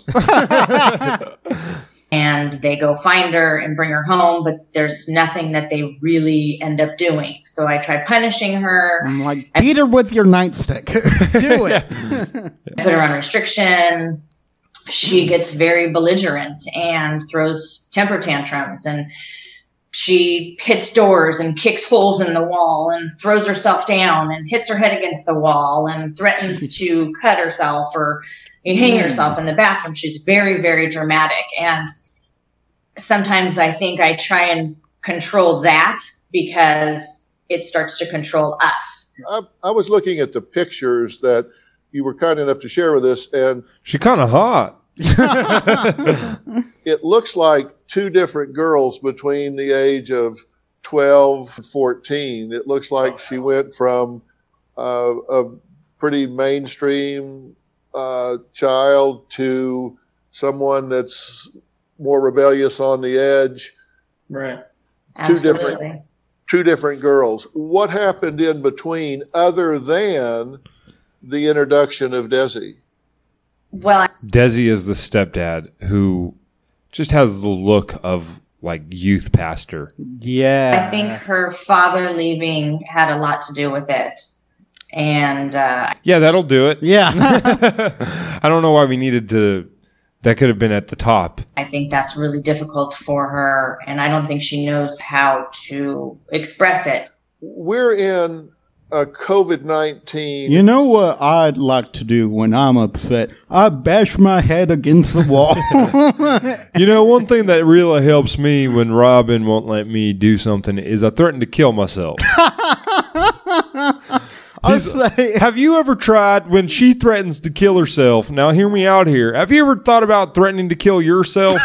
S6: and they go find her and bring her home, but there's nothing that they really end up doing. So I try punishing her,
S2: I'm like, beat her with your nightstick. Do it.
S6: put her on restriction. She
S5: Hmm.
S6: gets very belligerent and throws temper tantrums and she hits doors and kicks holes in the wall and throws herself down and hits her head against the wall and threatens to cut herself or hang
S5: Hmm.
S6: herself in the bathroom. She's very, very dramatic. And sometimes I think I try and control that because it starts to control us.
S5: I, I was looking at the pictures that you were kind enough to share with us, and
S1: she kind of hot.
S5: it looks like two different girls between the age of 12 and 14. It looks like she went from uh, a pretty mainstream uh, child to someone that's more rebellious on the edge.
S7: Right.
S5: Two different.
S6: Absolutely.
S5: Two different girls. What happened in between other than the introduction of Desi?
S6: Well,
S1: Desi is the stepdad who just has the look of like youth pastor.
S2: yeah.
S6: I think her father leaving had a lot to do with it. And uh,
S1: Yeah, that'll do it.
S2: Yeah.
S1: I don't know why we needed to. That could have been at the top.
S6: I think that's really difficult for her. And I don't think she knows how to express it.
S5: We're in a COVID 19
S2: You know what I'd like to do when I'm upset? I bash my head against the wall.
S1: You know, one thing that really helps me when Robin won't let me do something is I threaten to kill myself.
S2: I say,
S1: have you ever tried when she threatens to kill herself? Now, hear me out here. Have you ever thought about threatening to kill yourself?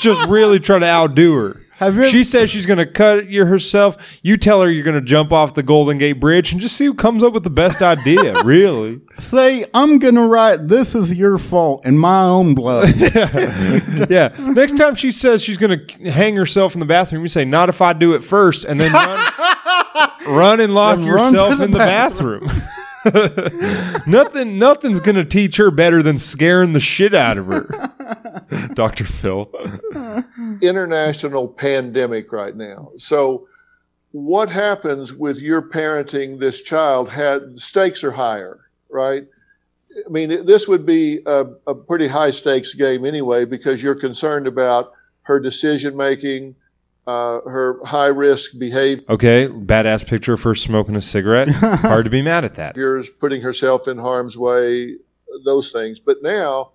S1: Just really try to outdo her.
S2: Have you-
S1: she says she's going to cut you herself. You tell her you're going to jump off the Golden Gate Bridge and just see who comes up with the best idea, really.
S2: say, I'm gonna write. This is your fault in my own blood.
S1: Yeah. Next time she says she's going to hang herself in the bathroom, you say, "Not if I do it first, and then run, run and lock
S2: Then run to
S1: yourself
S2: the
S1: in the bathroom. Nothing. Nothing's going to teach her better than scaring the shit out of her, Doctor Phil.
S5: international pandemic right now. So, what happens with your parenting this child? Had stakes are higher, right? I mean, it- this would be a, a pretty high stakes game anyway because you're concerned about her decision making, uh, her high risk behavior.
S1: Okay, badass picture of her smoking a cigarette. Hard to be mad at that.
S5: behaviors, putting herself in harm's way, those things. But now,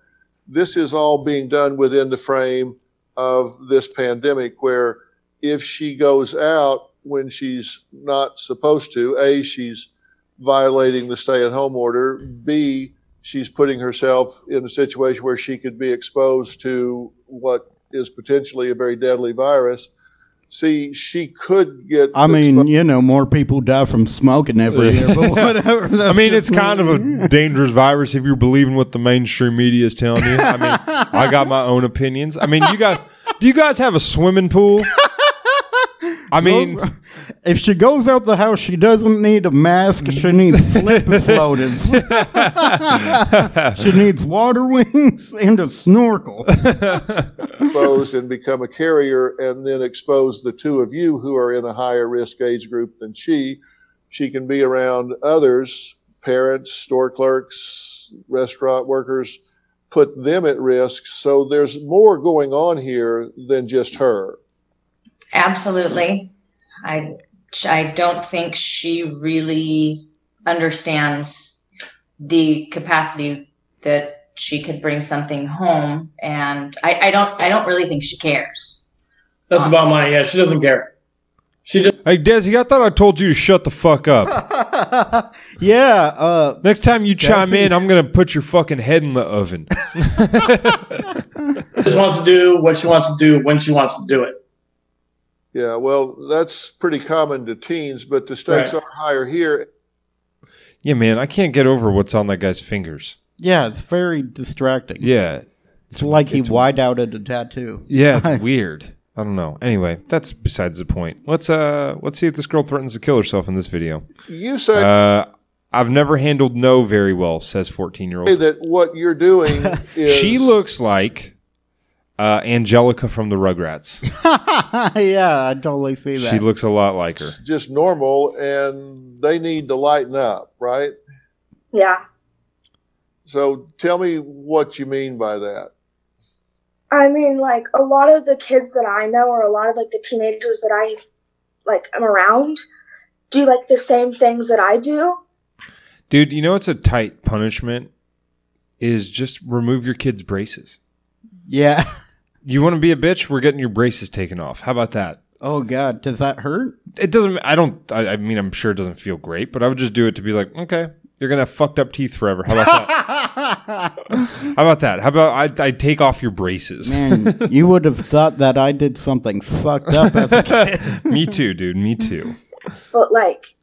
S5: this is all being done within the frame of this pandemic, where if she goes out when she's not supposed to, A, she's violating the stay at home order, B, she's putting herself in a situation where she could be exposed to what is potentially a very deadly virus. C, she could get.
S2: I
S5: exposed-
S2: mean, you know, more people die from smoking every year, but whatever.
S1: I
S2: that's
S1: mean,
S2: just
S1: it's kind of
S2: me.
S1: a dangerous virus if you're believing what the mainstream media is telling you. I mean, I got my own opinions. I mean, you guys, do you guys have a swimming pool? I mean,
S2: If she goes out the house, she doesn't need a mask. She needs flip floaters. she needs water wings and a snorkel.
S5: exposed and become a carrier and then expose the two of you who are in a higher risk age group than she. She can be around others, parents, store clerks, restaurant workers, put them at risk. So there's more going on here than just her.
S6: Absolutely. I I don't think she really understands the capacity that she could bring something home and I, I don't I don't really think she cares.
S7: That's about my yeah. She doesn't care. She just
S1: hey, Desi, I thought I told you to shut the fuck up.
S2: yeah, uh,
S1: Next time you chime
S2: Desi.
S1: in, I'm going to put your fucking head in the oven.
S7: just wants to do what she wants to do when she wants to do it.
S5: Yeah, well, that's pretty common to teens, but the stakes
S7: Right.
S5: are higher here.
S1: Yeah, man, I can't get over what's on that guy's fingers.
S2: yeah, it's very distracting.
S1: Yeah.
S2: It's like he wide outed a tattoo.
S1: Yeah, it's weird. I don't know. Anyway, that's besides the point. Let's uh let's see if this girl threatens to kill herself in this video.
S5: You say
S1: Uh I've never handled no very well, says 14-year-old.
S5: that what you're doing is
S1: She looks like uh, Angelica from the Rugrats.
S2: yeah, I totally see that.
S1: She looks a lot like her.
S5: just normal and they need to lighten up, right?
S8: Yeah.
S5: So tell me what you mean by that.
S8: I mean, like a lot of the kids that I know, or a lot of like the teenagers that I like am around, do like the same things that I do.
S1: Dude, you know it's a tight punishment is just remove your kids' braces.
S2: yeah.
S1: You want to be a bitch? We're getting your braces taken off. How about that?
S2: Oh, God. Does that hurt?
S1: it doesn't i don't I, I mean i'm sure it doesn't feel great but i would just do it to be like okay you're gonna have fucked up teeth forever how about that how about that how about i, I take off your braces
S2: Man, you would have thought that I did something fucked up as a kid.
S1: me too dude me too
S8: But like,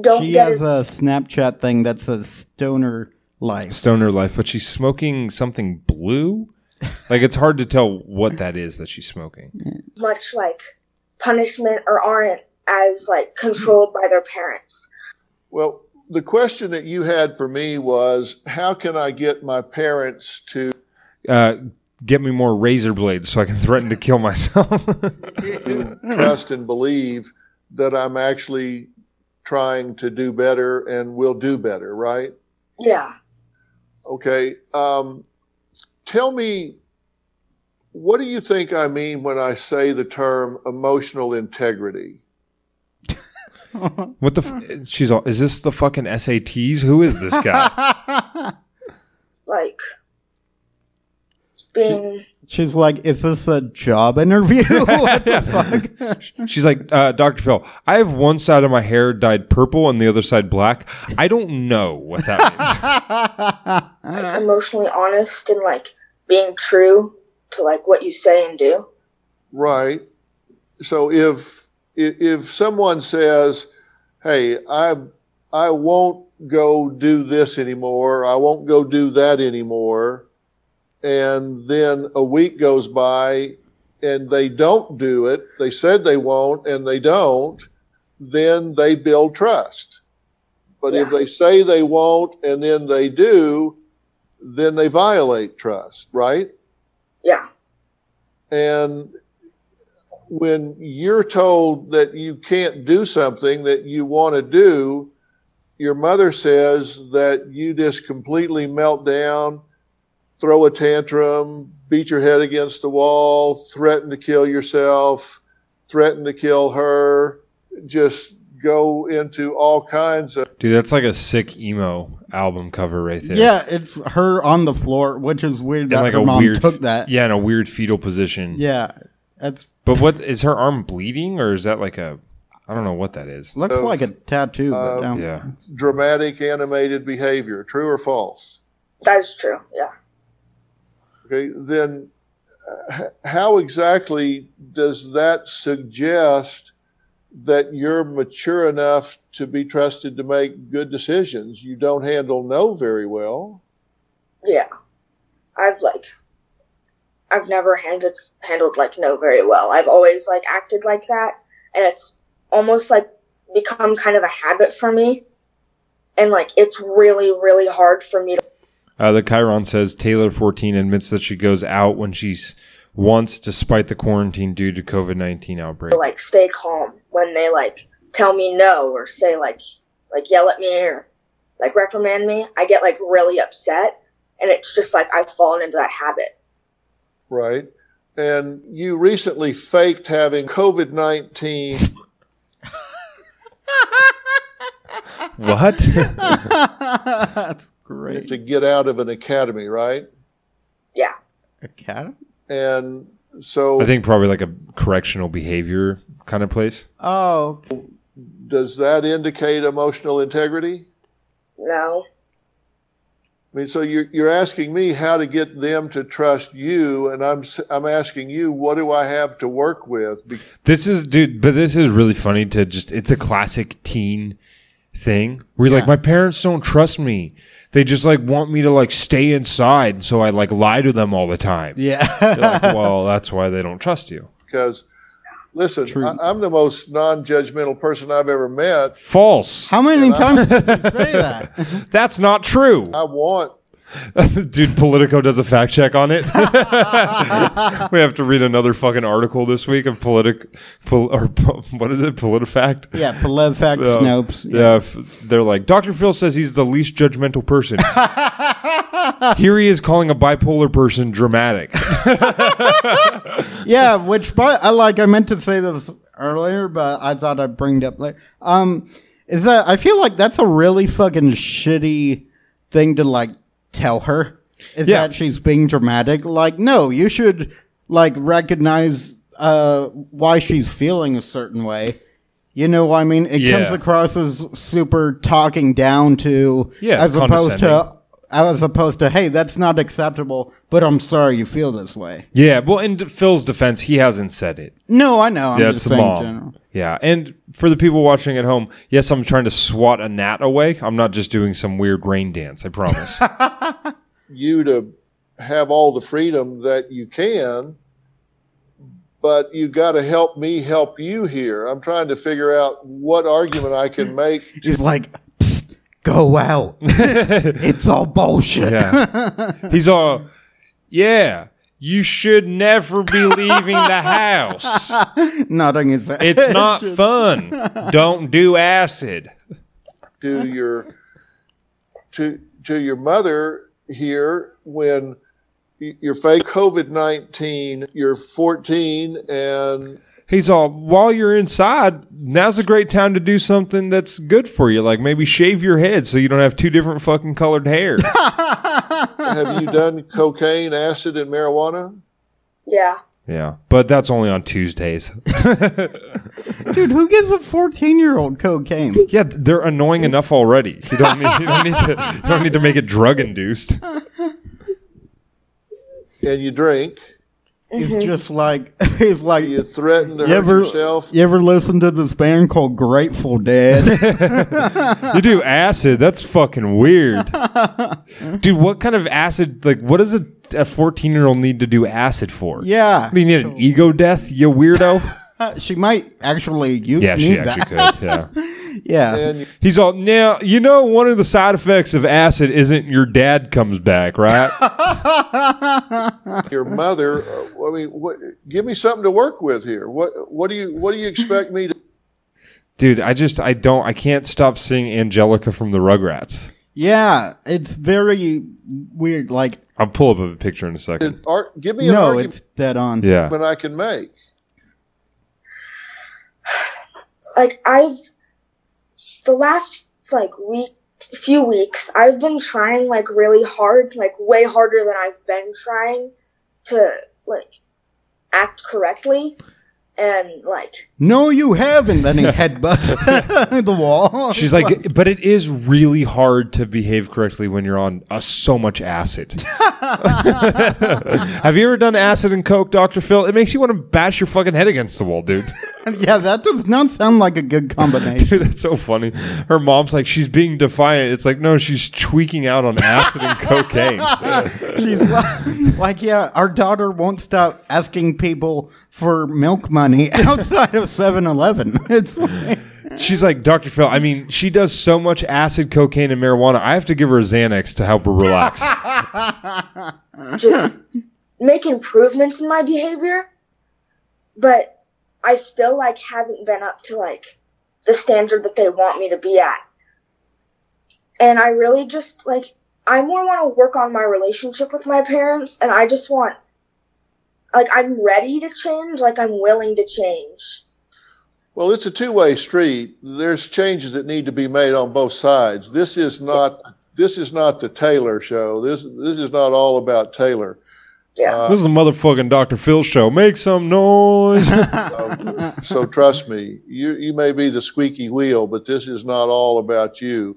S8: don't
S2: She
S8: get
S2: has
S8: as
S2: a Snapchat thing that says stoner life.
S1: stoner life but she's smoking something blue like it's hard to tell what that is that she's smoking
S8: much like punishment or aren't as like controlled by their parents.
S5: Well, the question that you had for me was how can I get my parents to
S1: uh get me more razor blades so i can threaten to kill myself
S5: trust and believe that I'm actually trying to do better and will do better, right?
S8: Yeah.
S5: Okay. Um, tell me, what do you think I mean when I say the term emotional integrity?
S1: what the f- she's all is this the fucking sats who is this guy
S8: Like being
S2: She's like, is this a job interview? what the fuck?
S1: She's like, uh, Dr. Phil, I have one side of my hair dyed purple and the other side black. I don't know what that means.
S2: uh,
S8: like, emotionally honest and like being true to like what you say and do.
S5: Right. So if if, if someone says, "Hey, I I won't go do this anymore. I won't go do that anymore," and then a week goes by and they don't do it, they said they won't and they don't, then they build trust. But if
S8: Yeah.
S5: they say they won't and then they do, then they violate trust, right?
S8: Yeah.
S5: And when you're told that you can't do something that you want to do, your mother says that you just completely melt down, throw a tantrum, beat your head against the wall, threaten to kill yourself, threaten to kill her, just go into all kinds of.
S1: Dude, that's like a sick emo album cover right there.
S2: Yeah, it's her on the floor, which is weird
S1: In
S2: that
S1: like
S2: her
S1: a
S2: mom
S1: weird
S2: took that.
S1: Yeah, in a weird fetal position.
S2: Yeah, that's
S1: But what is her arm bleeding or is that like a I don't know what that is.
S2: looks
S5: Of,
S2: like a tattoo. But
S5: uh,
S2: no.
S1: Yeah.
S5: dramatic animated behavior, true or false?
S8: That is true. Yeah.
S5: Okay, then uh, h- how exactly does that suggest that you're mature enough to be trusted to make good decisions? You don't handle no very well.
S8: Yeah. I've like I've never handled handled like no very well. I've always like acted like that and it's almost like become kind of a habit for me. And like it's really, really hard for me to
S1: Uh, the Chiron says Taylor 14 admits that she goes out when she's wants despite the quarantine due to COVID 19 outbreak.
S8: like stay calm when they like tell me no or say like like yell at me or like reprimand me. I get like really upset and it's just like I've fallen into that habit.
S5: Right. And you recently faked having COVID 19.
S1: What?
S2: that's great.
S5: to get out of an academy, right?
S8: Yeah.
S2: Academy?
S5: And so,
S1: I think probably like a correctional behavior kind of place.
S2: Oh,
S5: does that indicate emotional integrity?
S8: No.
S5: I mean, so you're, you're asking me how to get them to trust you, and I'm s- I'm asking you what do I have to work with? Be-
S1: This is, dude, but this is really funny to just, it's a classic teen thing where you're like, my parents don't trust me. They just like want me to like stay inside. So I like lie to them all the time.
S2: yeah.
S1: You're like, well, that's why they don't trust you.
S5: Because, listen,
S2: True.
S5: I, I'm the most non-judgmental person I've ever met.
S1: False.
S2: How many times did you say that?
S1: that's not true.
S2: Oh.
S5: I want
S1: Dude, Politico does a fact check on it. we have to read another fucking article this week of Politic, pol, or po- what is it, PolitiFact?
S2: Yeah, Pelefax
S1: Uh,
S2: Snopes.
S1: Yeah, f- they're like Dr. Phil says he's the least judgmental person. Here he is calling a bipolar person dramatic.
S2: yeah, which but I like. I meant to say this earlier, but I thought I'd bring it up later. Um, is that I feel like that's a really fucking shitty thing to like tell her. Is
S1: Yeah.
S2: that she's being dramatic? Like, no, you should like recognize uh why she's feeling a certain way. You know what I mean? It
S1: Yeah.
S2: comes across as super talking down to,
S1: Yeah,
S2: as opposed to,
S1: condescending.
S2: as opposed to, hey, that's not acceptable. But I'm sorry you feel this way.
S1: yeah, well, in d- Phil's defense, he hasn't said it.
S2: No, I know. I'm
S1: Yeah,
S2: just
S1: it's the
S2: saying
S1: mom.
S2: general.
S1: Yeah, and for the people watching at home, yes, I'm trying to swat a gnat away. I'm not just doing some weird rain dance. I promise.
S5: you to have all the freedom that you can, but you got to help me help you here. I'm trying to figure out what argument I can make
S2: He's like, Psst, go out. it's all bullshit.
S1: Yeah. He's all, yeah, you should never be leaving the house.
S2: Nodding his head.
S1: It's not fun. Don't do acid.
S5: to your to to your mother here when y- you're fake COVID nineteen, you're fourteen, and
S1: He's all, while you're inside, now's a great time to do something that's good for you. Like maybe shave your head so you don't have two different fucking colored hair.
S5: have you done cocaine, acid, and marijuana?
S8: Yeah.
S1: yeah. But that's only on Tuesdays.
S2: Dude, who gives a 14 year old cocaine?
S1: Yeah, th- they're annoying enough already. You don't need, you don't need to you don't need to make it drug induced.
S5: And you drink.
S2: He's just like, he's like,
S5: You
S2: you
S5: threaten to hurt
S2: ever,
S5: yourself.
S2: you ever listen to this band called Grateful Dead?
S1: You do acid. That's fucking weird. Dude, what kind of acid? Like, what does a, a 14 year old need to do acid for?
S2: yeah.
S1: What, Do you need an ego death, you weirdo?
S2: Uh, she might actually you
S1: yeah,
S2: need
S1: she
S2: that.
S1: actually could. Yeah.
S2: Yeah.
S5: And
S1: He's all, now, you know, one of the side effects of acid isn't your dad comes back, right?
S5: your mother, I mean, what, give me something to work with here. What what do you what do you expect me to
S1: Dude, I just, I don't, I can't stop seeing Angelica from the Rugrats.
S2: Yeah. It's very weird. Like,
S1: I'll pull up a picture in a second.
S5: ar- give me an
S2: no,
S5: argument
S2: it's dead on.
S1: Yeah.
S5: I can make?
S8: like I've the last like week few weeks I've been trying like really hard, like way harder than I've been trying to like act correctly and like
S2: No, you haven't. Then he headbutts the wall.
S1: She's like, but it is really hard to behave correctly when you're on uh, so much acid. Have you ever done acid and coke, Doctor Phil? It makes you want to bash your fucking head against the wall, dude.
S2: yeah, that does not sound like a good combination.
S1: Dude, that's so funny. Her mom's like, she's being defiant. It's like, no, she's tweaking out on acid and cocaine.
S2: She's like, like, yeah, our daughter won't stop asking people for milk money outside of 7-Eleven. It's like,
S1: She's like, Dr. Phil, I mean, she does so much acid, cocaine, and marijuana. I have to give her Xanax to help her relax.
S8: just make improvements in my behavior, but I still like haven't been up to like the standard that they want me to be at. And I really just like I more want to work on my relationship with my parents and I just want like I'm ready to change, like I'm willing to change.
S5: Well, it's a two-way street. There's changes that need to be made on both sides. This is not this is not the Taylor show. This this is not all about Taylor.
S8: Yeah.
S5: Uh,
S1: this is a motherfucking Dr. Phil show. Make some noise.
S5: Um, so trust me, you you may be the squeaky wheel, but this is not all about you.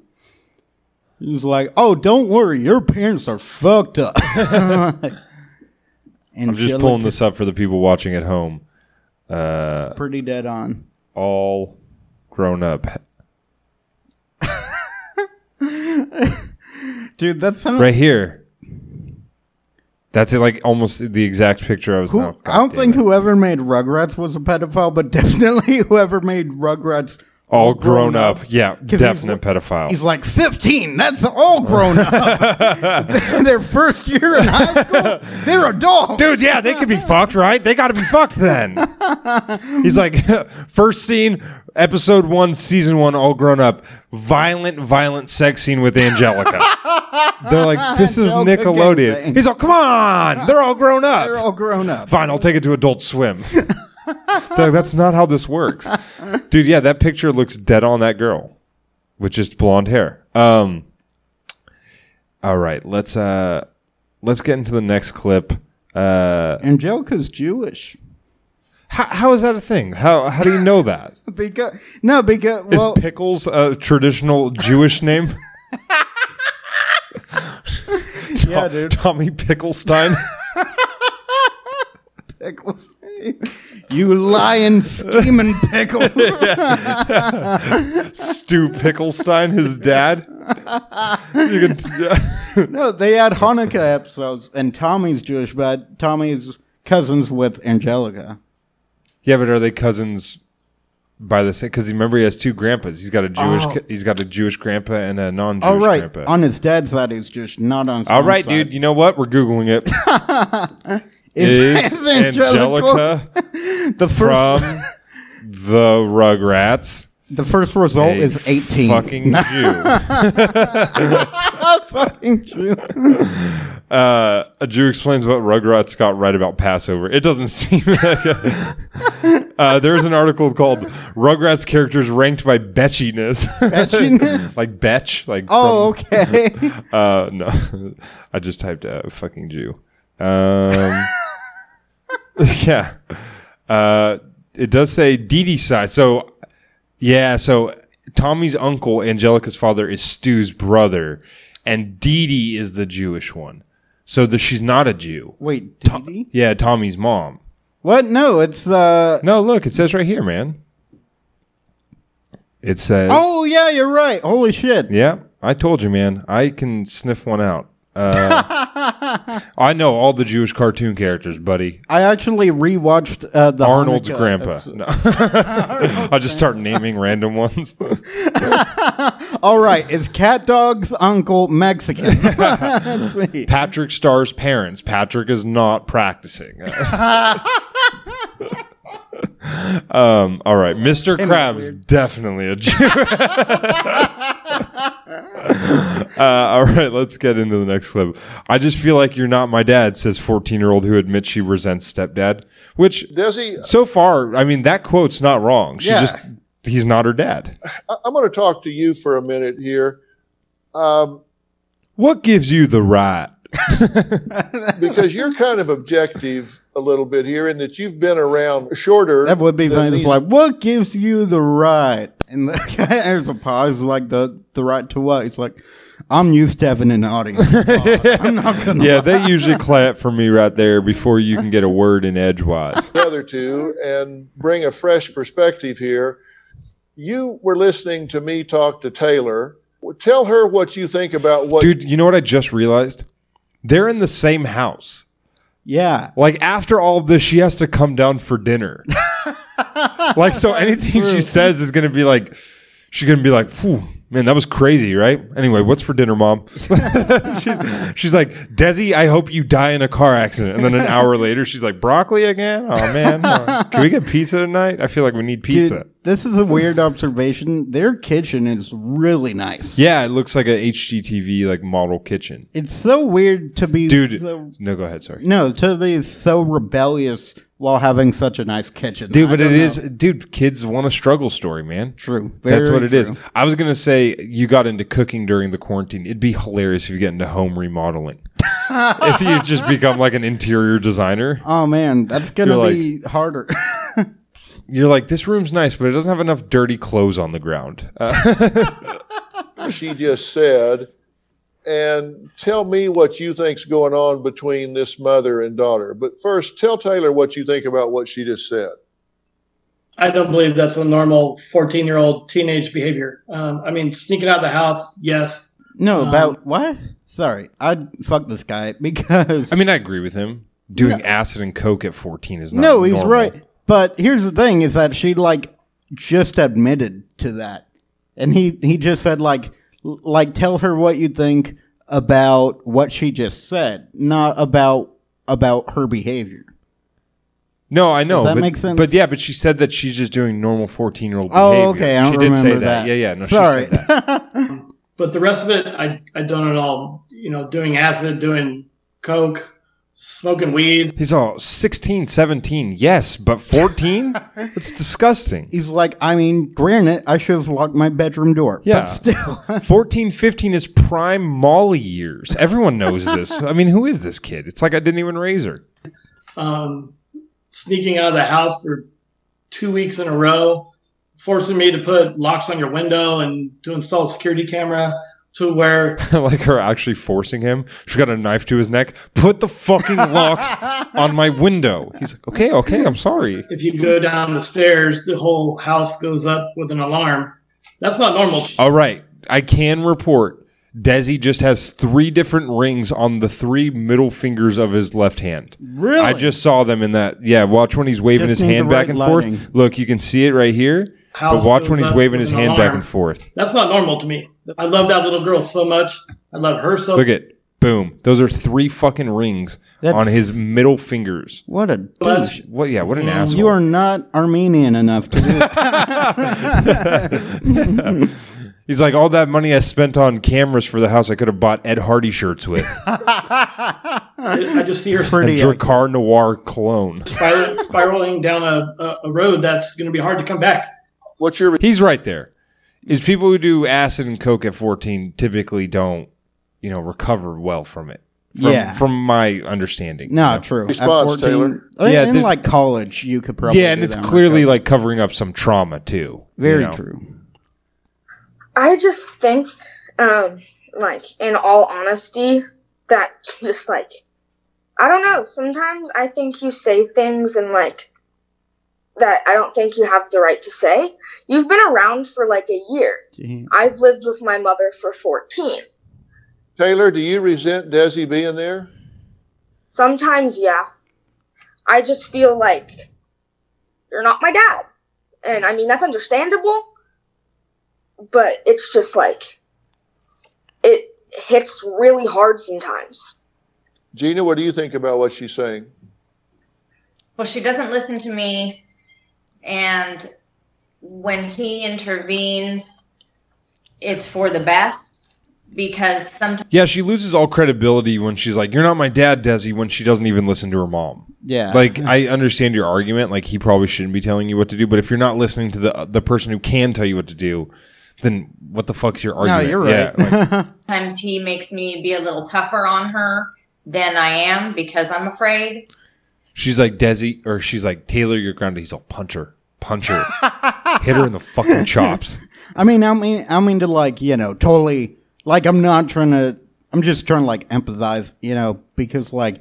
S2: she's like, oh, don't worry, your parents are fucked up. and
S1: I'm just pulling this up for the people watching at home. Uh,
S2: pretty dead on.
S1: all grown up.
S2: Dude, that sounds
S1: Right here. That's it, like almost the exact picture I was.
S2: Who,
S1: oh, God
S2: I don't
S1: damn
S2: think
S1: it.
S2: whoever made Rugrats was a pedophile, but definitely whoever made Rugrats
S1: all grown, up. Yeah,
S2: 'Cause
S1: definite
S2: he's-
S1: pedophile.
S2: He's like 15. That's all grown up. Their first year in high school, they're adults.
S1: Dude, yeah, they could be fucked, right? They got to be fucked then. He's like, first scene, episode one, season one, all grown up, violent, violent sex scene with Angelica. They're like, this is
S2: Angelica
S1: Nickelodeon.
S2: gangbang.
S1: He's like, come on, they're all grown up.
S2: They're all grown up.
S1: Fine, I'll take it to Adult Swim. Doug, that's not how this works, dude. Yeah, that picture looks dead on that girl with just blonde hair. Um, all right, let's uh, let's get into the next clip. Uh,
S2: Angelica's Jewish.
S1: how, how is that a thing? How how do you know that?
S2: Because, no, because,
S1: Is
S2: well,
S1: pickles a traditional Jewish name?
S2: yeah, dude.
S1: Tommy Picklestein.
S2: Pickles. you lying, scheming pickle.
S1: Stu Picklestein, his dad. You can-
S2: no, they had Hanukkah episodes, and Tommy's Jewish, but Tommy's cousins with Angelica.
S1: Yeah, but are they cousins by the same? Because remember, he has two grandpas. He's got a Jewish.
S2: Oh.
S1: He's got a Jewish grandpa and a non-Jewish
S2: All right.
S1: grandpa.
S2: On his dad's side, he's Jewish, not on his
S1: All
S2: mom's
S1: right,
S2: side.
S1: dude. You know what? We're googling it.
S2: Is
S1: Is Angelica
S2: the first
S1: from the Rugrats
S2: the first result is 18.
S1: Fucking Jew.
S2: fucking Jew.
S1: Uh, a Jew explains what Rugrats got right about Passover. It doesn't seem like a, uh, There's an article called Rugrats Characters Ranked by Betchiness.
S2: Betchiness?
S1: like Betch? Like
S2: Oh,
S1: from-
S2: okay.
S1: Uh, no. I just typed uh, fucking Jew. Um, yeah. Uh, it does say Didi size. So, yeah. So Tommy's uncle, Angelica's father, is Stu's brother, and Didi is the Jewish one. So the, she's not a Jew.
S2: Wait, Didi?
S1: Yeah, Tommy's mom.
S2: What? No, it's uh.
S1: No, look, it says right here, man. It says.
S2: Oh yeah, you're right. Holy shit.
S1: Yeah, I told you, man. I can sniff one out. Uh, I know all the Jewish cartoon characters, buddy.
S2: I actually rewatched uh, the
S1: Arnold's
S2: Hanukkah
S1: grandpa.
S2: episode.
S1: No. I'll just start naming random ones.
S2: All right, it's Cat Dog's uncle Mexican. Let's see.
S1: Patrick Starr's parents. Patrick is not practicing. um, all right, Mr. Krabs definitely a Jew. uh, all right, let's get into the next clip. I just feel like you're not my dad, says 14 year old who admits she resents stepdad. Which
S5: Does he?
S1: so far, I mean, that quote's not wrong. She
S2: Yeah.
S1: just he's not her dad.
S5: I- I'm going to talk to you for a minute here, um,
S1: What gives you the right?
S5: because you're kind of objective a little bit here, in that you've been around shorter.
S2: That would be
S5: than
S2: funny. It's
S5: these-
S2: like, what gives you the right? And the guy, there's a pause, like the the right to what? It's like, I'm used to having an audience. Oh, I'm not gonna.
S1: yeah, they usually clap for me right there before you can get a word in edgewise.
S5: the other two and bring a fresh perspective here. You were listening to me talk to Taylor. Well, Tell her what you think about what.
S1: Dude, you know what I just realized? They're in the same house.
S2: Yeah.
S1: Like after all of this, she has to come down for dinner. like so, anything she says is gonna be like, she's gonna be like, Phew, man, that was crazy, right? Anyway, what's for dinner, mom? she's, she's like, Desi, I hope you die in a car accident. And then an hour later, she's like, broccoli again? Oh man, Uh, can we get pizza tonight? I feel like we need
S2: Dude,
S1: pizza.
S2: this is a weird observation. Their kitchen is really nice.
S1: Yeah, it looks like a HGTV like model kitchen.
S2: It's so weird to be
S1: Dude,
S2: so,
S1: no, go ahead. Sorry.
S2: no, to be so rebellious while having such a nice kitchen.
S1: Dude,
S2: I
S1: but
S2: don't
S1: it
S2: know.
S1: is, dude, kids want a struggle story, man.
S2: true.
S1: That's
S2: Very
S1: what it is.
S2: true.
S1: I was going to say you got into cooking during the quarantine. It'd be hilarious if you get into home remodeling. if you just become like an interior designer,
S2: Oh man, that's gonna
S1: You're like-
S2: be harder.
S1: you're like, this room's nice, but it doesn't have enough dirty clothes on the ground. Uh,
S5: she just said and tell me what you think's going on between this mother and daughter but first tell taylor what you think about what she just said
S7: I don't believe that's a normal 14 year old teenage behavior. Um, I mean, sneaking out of the house, yes.
S2: no,
S7: Um,
S2: about what? Sorry, I'd fuck this guy because
S1: I mean, I agree with him. Doing acid and coke at 14 is not
S2: No, he's
S1: normal.
S2: right. But here's the thing: is that she like just admitted to that, and he he just said like l- like tell her what you think about what she just said, not about about her behavior.
S1: No, I know.
S2: Does that
S1: but,
S2: make sense?
S1: But yeah, but she said that she's just doing normal 14 year old behavior.
S2: Oh, okay, I don't
S1: she
S2: remember
S1: did say
S2: that.
S1: Yeah, yeah. No,
S2: Sorry.
S1: she said that.
S7: But the rest of it, I, I don't at all. You know, doing acid, doing coke, smoking weed.
S1: He's all 16, 17. Yes, but 14? That's disgusting.
S2: He's like, I mean, granted, I should have locked my bedroom door.
S1: Yeah.
S2: but still,
S1: 14, 15 is prime Molly years. Everyone knows this. I mean, who is this kid? It's like I didn't even raise her.
S7: um, sneaking out of the house for two weeks in a row, forcing me to put locks on your window and to install a security camera to where
S1: like her actually forcing him. She got a knife to his neck. Put the fucking locks on my window. He's like, okay, okay, I'm sorry.
S7: if you go down the stairs, the whole house goes up with an alarm. That's not normal.
S1: All right. I can report Desi just has three different rings on the three middle fingers of his left hand.
S2: really,
S1: I just saw them in that. Yeah, watch when he's waving
S2: Just
S1: his
S2: need the
S1: hand
S2: right
S1: back and
S2: lighting.
S1: forth. Look, you can see it right here.
S7: House
S1: but watch
S7: goes
S1: when he's
S7: up
S1: waving
S7: with
S1: his
S7: an
S1: hand back
S7: alarm.
S1: and forth.
S7: That's not normal to me. I love that little girl so much. I love her so
S1: Look at boom. Those are three fucking rings
S2: That's-
S1: on his middle fingers.
S2: what a douche.
S7: much.
S1: What? Yeah. What an asshole.
S2: Mm, You are not Armenian enough to do that.
S1: He's like all that money I spent on cameras for the house. I could have bought Ed Hardy shirts with
S7: I just see her
S1: and
S2: pretty.
S1: Dracar Noir cologne.
S7: spir- spiraling down a, a, a road that's going to be hard to come back.
S5: what's your
S1: He's right there. Is people who do acid and coke at fourteen typically don't, you know, recover well from it. From,
S2: Yeah.
S1: From my understanding.
S2: no, true.
S5: Response, Taylor.
S1: Yeah,
S2: Yeah, in
S1: there's-
S2: like college, you could probably.
S1: Yeah, and
S2: do
S1: it's
S2: that one.
S1: clearly like covering up some trauma too. you
S2: very
S1: know?
S2: true.
S8: I just think, um, like, in all honesty, that just like, I don't know. Sometimes I think you say things and like that I don't think you have the right to say. You've been around for like a year. I've lived with my mother for 14.
S5: taylor do you resent desi being there
S8: Sometimes, yeah. I just feel like you're not my dad. And I mean, that's understandable, but it's just like it hits really hard sometimes.
S5: gina what do you think about what she's saying
S6: Well, she doesn't listen to me. And when he intervenes, it's for the best. because sometimes
S1: Yeah, she loses all credibility when she's like, "You're not my dad, Desi," when she doesn't even listen to her mom.
S2: Yeah.
S1: Like, I understand your argument. Like, he probably shouldn't be telling you what to do, but if you're not listening to the the person who can tell you what to do, then what the fuck's your
S2: no,
S1: argument?
S2: you're right.
S1: Yeah, like,
S6: he makes me be a little tougher on her than I am because I'm afraid.
S1: she's like Desi, or she's like Taylor. You're grounded. He's all punch her, punch her, hit her in the fucking chops.
S2: I mean, I mean, I mean to like, you know, totally. Like, I'm not trying to. I'm just trying to like empathize, you know, because like,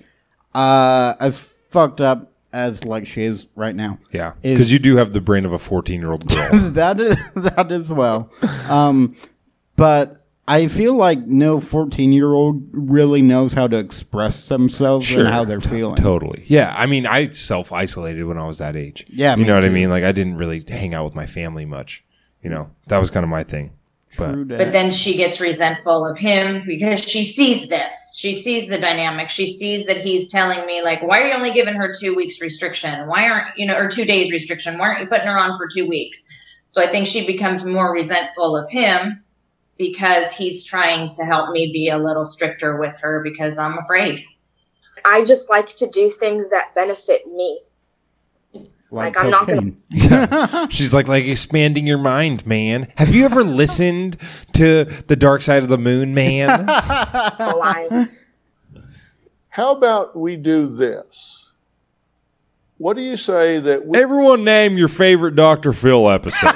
S2: uh, as fucked up as like she is right now.
S1: Yeah,
S2: Is-
S1: because you do have the brain of a 14 year old girl.
S2: that is that as well. Um, but I feel like no 14 year old really knows how to express themselves and how they're
S1: T-
S2: feeling.
S1: Totally. Yeah. I mean, I self isolated when I was that age.
S2: Yeah,
S1: You
S2: me
S1: know what I
S2: too.
S1: mean? Like, I didn't really hang out with my family much. You know, that was kind of my thing. But
S2: True dat.
S6: But then she gets resentful of him because she sees this. She sees the dynamic. She sees that he's telling me, like, why are you only giving her two weeks restriction? Why aren't, you know, or two days restriction? Why aren't you putting her on for two weeks? So I think she becomes more resentful of him because he's trying to help me be a little stricter with her because I'm afraid.
S8: I just like to do things that benefit me. Like, I'm not gonna-
S2: cocaine.
S1: she's like, like expanding your mind, man. Have you ever listened to the Dark Side of the Moon, man?
S8: So I,
S5: How about we do this? What do you say that we
S1: Everyone name your favorite Dr. Phil episodes.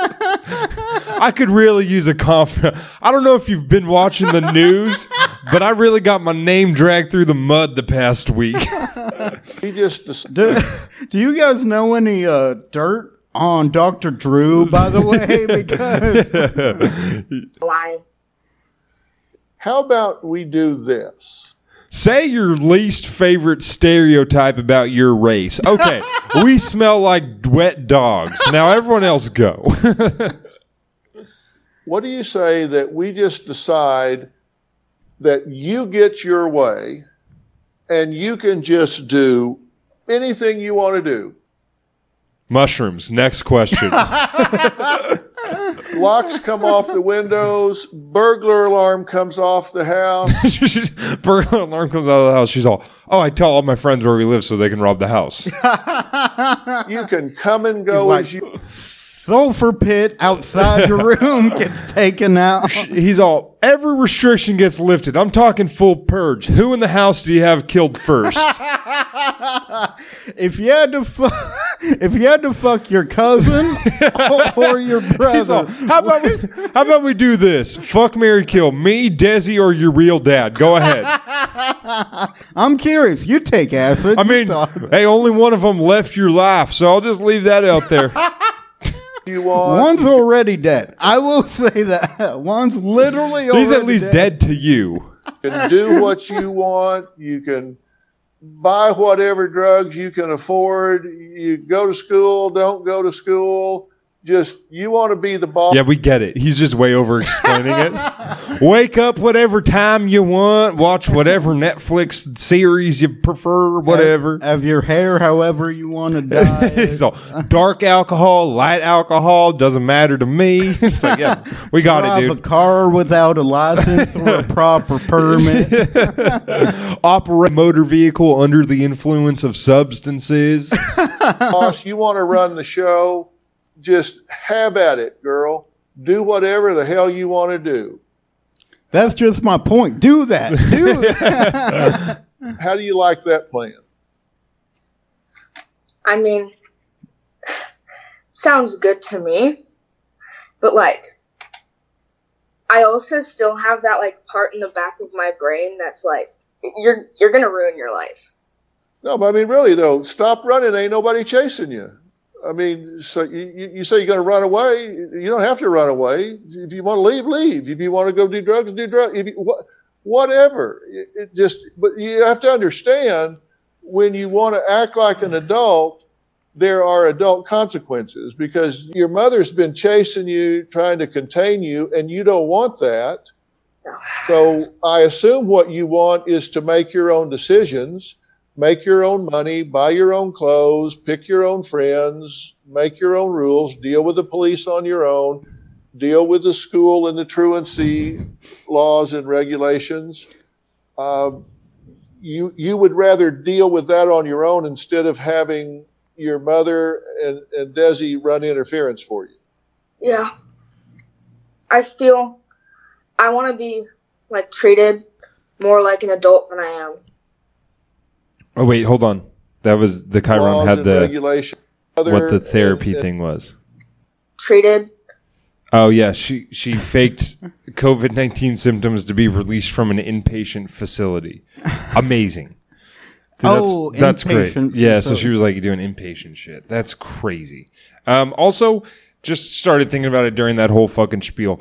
S1: I could really use a conf. I don't know if you've been watching the news, but I really got my name dragged through the mud the past week.
S5: we just decide?
S2: Do, do you guys know any uh, dirt on Dr. Drew, by the way? Because
S8: so I,
S5: How about we do this?
S1: Say your least favorite stereotype about your race. Okay, we smell like wet dogs. Now everyone else go.
S5: What do you say that we just decide that you get your way and you can just do anything you want to do?
S1: Mushrooms. Next question.
S5: Locks come off the windows, burglar alarm comes off the house.
S1: Burglar alarm comes out of the house. She's all, "Oh, I tell all my friends where we live so they can rob the house."
S5: You can come and go
S2: like-
S5: as you
S2: sulfur pit outside your room gets taken out.
S1: He's all, "Every restriction gets lifted. I'm talking full purge. Who in the house do you have killed first?
S2: If you had to fuck, if you had to fuck your cousin or your
S1: He's all,
S2: brother,
S1: how about we, how about we do this? Fuck Mary, kill me, Desi, or your real dad. Go ahead.
S2: I'm curious. You take acid.
S1: I
S2: You
S1: mean,
S2: talk-
S1: hey, only one of them left your life, so I'll just leave that out there.
S5: you want.
S2: one's already dead. I will say that one's literally
S1: He's
S2: already
S1: at least dead to you.
S5: You can do what you want. You can buy whatever drugs you can afford. You go to school, don't go to school. Just you want to be the boss.
S1: Yeah, we get it. He's just way over explaining it. Wake up whatever time you want, watch whatever Netflix series you prefer, whatever.
S2: Have your hair however you want to die.
S1: He's all dark alcohol, light alcohol, doesn't matter to me. It's like, yeah, we got it,
S2: Drive a
S1: dude.
S2: car without a license or a proper permit.
S1: Operate motor vehicle under the influence of substances.
S5: boss, you want to run the show, just have at it, girl. Do whatever the hell you want to do.
S2: That's just my point. Do that. Do that.
S5: How do you like that plan?
S8: I mean, sounds good to me, but like, I also still have that like part in the back of my brain that's like, you're you're gonna ruin your life.
S5: No, but I mean, really though, stop running. Ain't nobody chasing you. I mean, so you, you you say you're going to run away. You don't have to run away. If you want to leave, leave. If you want to go do drugs, do drugs. If you, what, whatever. It, it just, but you have to understand when you want to act like an adult, there are adult consequences because your mother's been chasing you, trying to contain you, and you don't want that. So I assume what you want is to make your own decisions make your own money, buy your own clothes, pick your own friends, make your own rules, deal with the police on your own. deal with the school and the truancy laws and regulations. Um, you you would rather deal with that on your own instead of having your mother and, and Desi run interference for you.
S8: Yeah. I feel I want to be like treated more like an adult than I am.
S1: Oh wait, hold on. That was the Chiron
S5: Laws
S1: had
S5: and
S1: the
S5: regulation.
S1: what the
S5: Mother
S1: therapy
S5: and-
S1: thing was.
S8: Treated.
S1: Oh yeah, she she faked COVID nineteen symptoms to be released from an inpatient facility. Amazing. Dude,
S2: Oh,
S1: that's, that's great.
S2: inpatient
S1: Yeah, so
S2: facility.
S1: she was like doing inpatient shit. That's crazy. Um, also, just started thinking about it during that whole fucking spiel.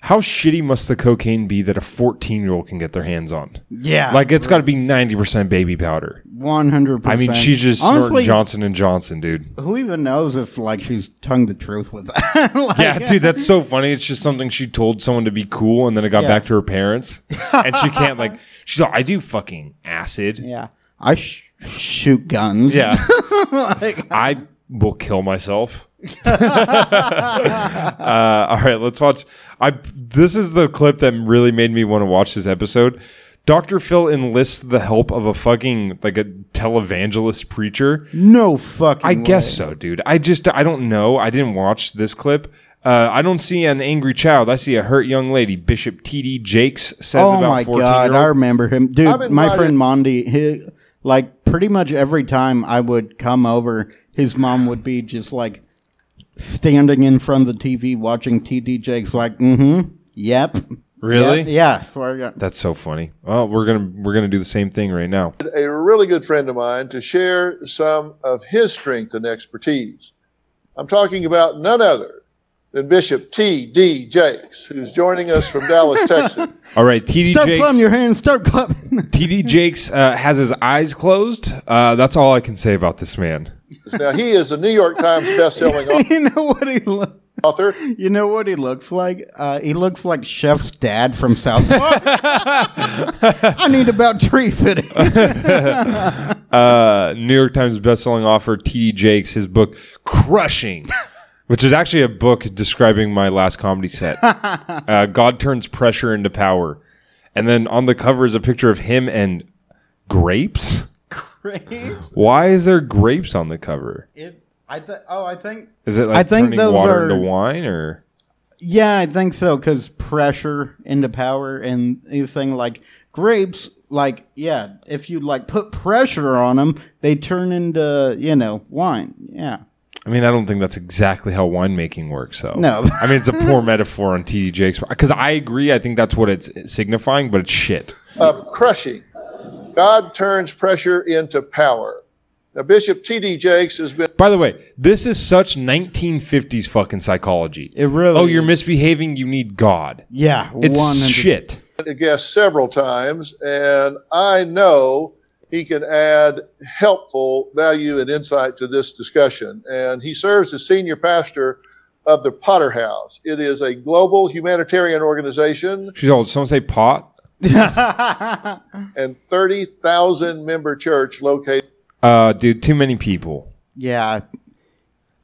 S1: How shitty must the cocaine be that a fourteen year old can get their hands on?
S2: Yeah,
S1: Like it's got to be ninety percent baby powder.
S2: one hundred
S1: I
S2: percent.
S1: mean, she's just snorting
S2: honestly.
S1: Johnson and Johnson, dude.
S2: who even knows if like she's tongue the truth with that? Like,
S1: Yeah, dude, that's so funny. It's just something she told someone to be cool, and then it got
S2: Yeah.
S1: back to her parents, and she can't like. She's like, I do fucking acid. Yeah,
S2: Yeah, I sh- shoot guns. like, uh,
S1: I will kill myself. uh, all right, let's watch. I this is the clip that really made me want to watch this episode. Dr. Phil enlists the help of a fucking like a televangelist preacher.
S2: no fucking.
S1: I guess
S2: way.
S1: so, dude. I just I don't know. I didn't watch this clip. Uh, I don't see an angry child. I see a hurt young lady. Bishop T.D. Jakes says
S2: Oh
S1: about
S2: my
S1: 14
S2: god, I
S1: year old.
S2: remember him, dude.
S5: I've been
S2: my
S5: by
S2: friend
S5: it-
S2: Mondi, he like pretty much every time I would come over, his mom would be just like standing in front of the TV watching TD Jakes, like, mm-hmm, yep,
S1: Really?
S2: Yep, yeah. Swear to God.
S1: That's so funny. Well, we're gonna we're gonna do the same thing right now.
S5: a really good friend of mine to share some of his strength and expertise. I'm talking about none other than Bishop T.D. Jakes, who's joining us from Dallas, Texas.
S1: All right, T.D.
S2: Start
S1: Jakes.
S2: clapping your hands. Start clapping.
S1: T.D. Jakes uh, has his eyes closed. Uh, that's all I can say about this man.
S5: Now, he is a New York Times bestselling
S2: you know what he looks.
S5: author.
S2: You know what he looks like? Uh, he looks like Chef's dad from South Park. I need about tree fitting.
S1: Uh, New York Times bestselling author T.D. Jakes. His book "Crushing," which is actually a book describing my last comedy set. uh, God turns pressure into power. And then on the cover is a picture of him and grapes. Why is there grapes on the cover?
S2: It, I th- oh, I think.
S1: Is it like
S2: I think
S1: turning
S2: those
S1: water
S2: are-
S1: into wine or?
S2: Yeah, I think so. Because pressure into power and anything like grapes, like yeah, if you like put pressure on them, they turn into you know wine. Yeah.
S1: I mean, I don't think that's exactly how winemaking works, though.
S2: No.
S1: I mean, it's a poor metaphor on T.D. Jakes because I agree. I think that's what it's signifying, but it's shit.
S5: of crushing. God turns pressure into power. Now, Bishop T.D. Jakes has been
S1: By the way, this is such 1950s fucking psychology.
S2: It really
S1: oh, you're
S2: is.
S1: misbehaving. You need God.
S2: Yeah.
S1: It's
S2: 100
S1: shit.
S5: a guest several times, and I know he can add helpful value and insight to this discussion. And he serves as senior pastor of the Potter House. It is a global humanitarian organization
S1: She's old. Someone say pot.
S5: and 30,000 member church located
S1: Uh, dude, too many people.
S2: Yeah.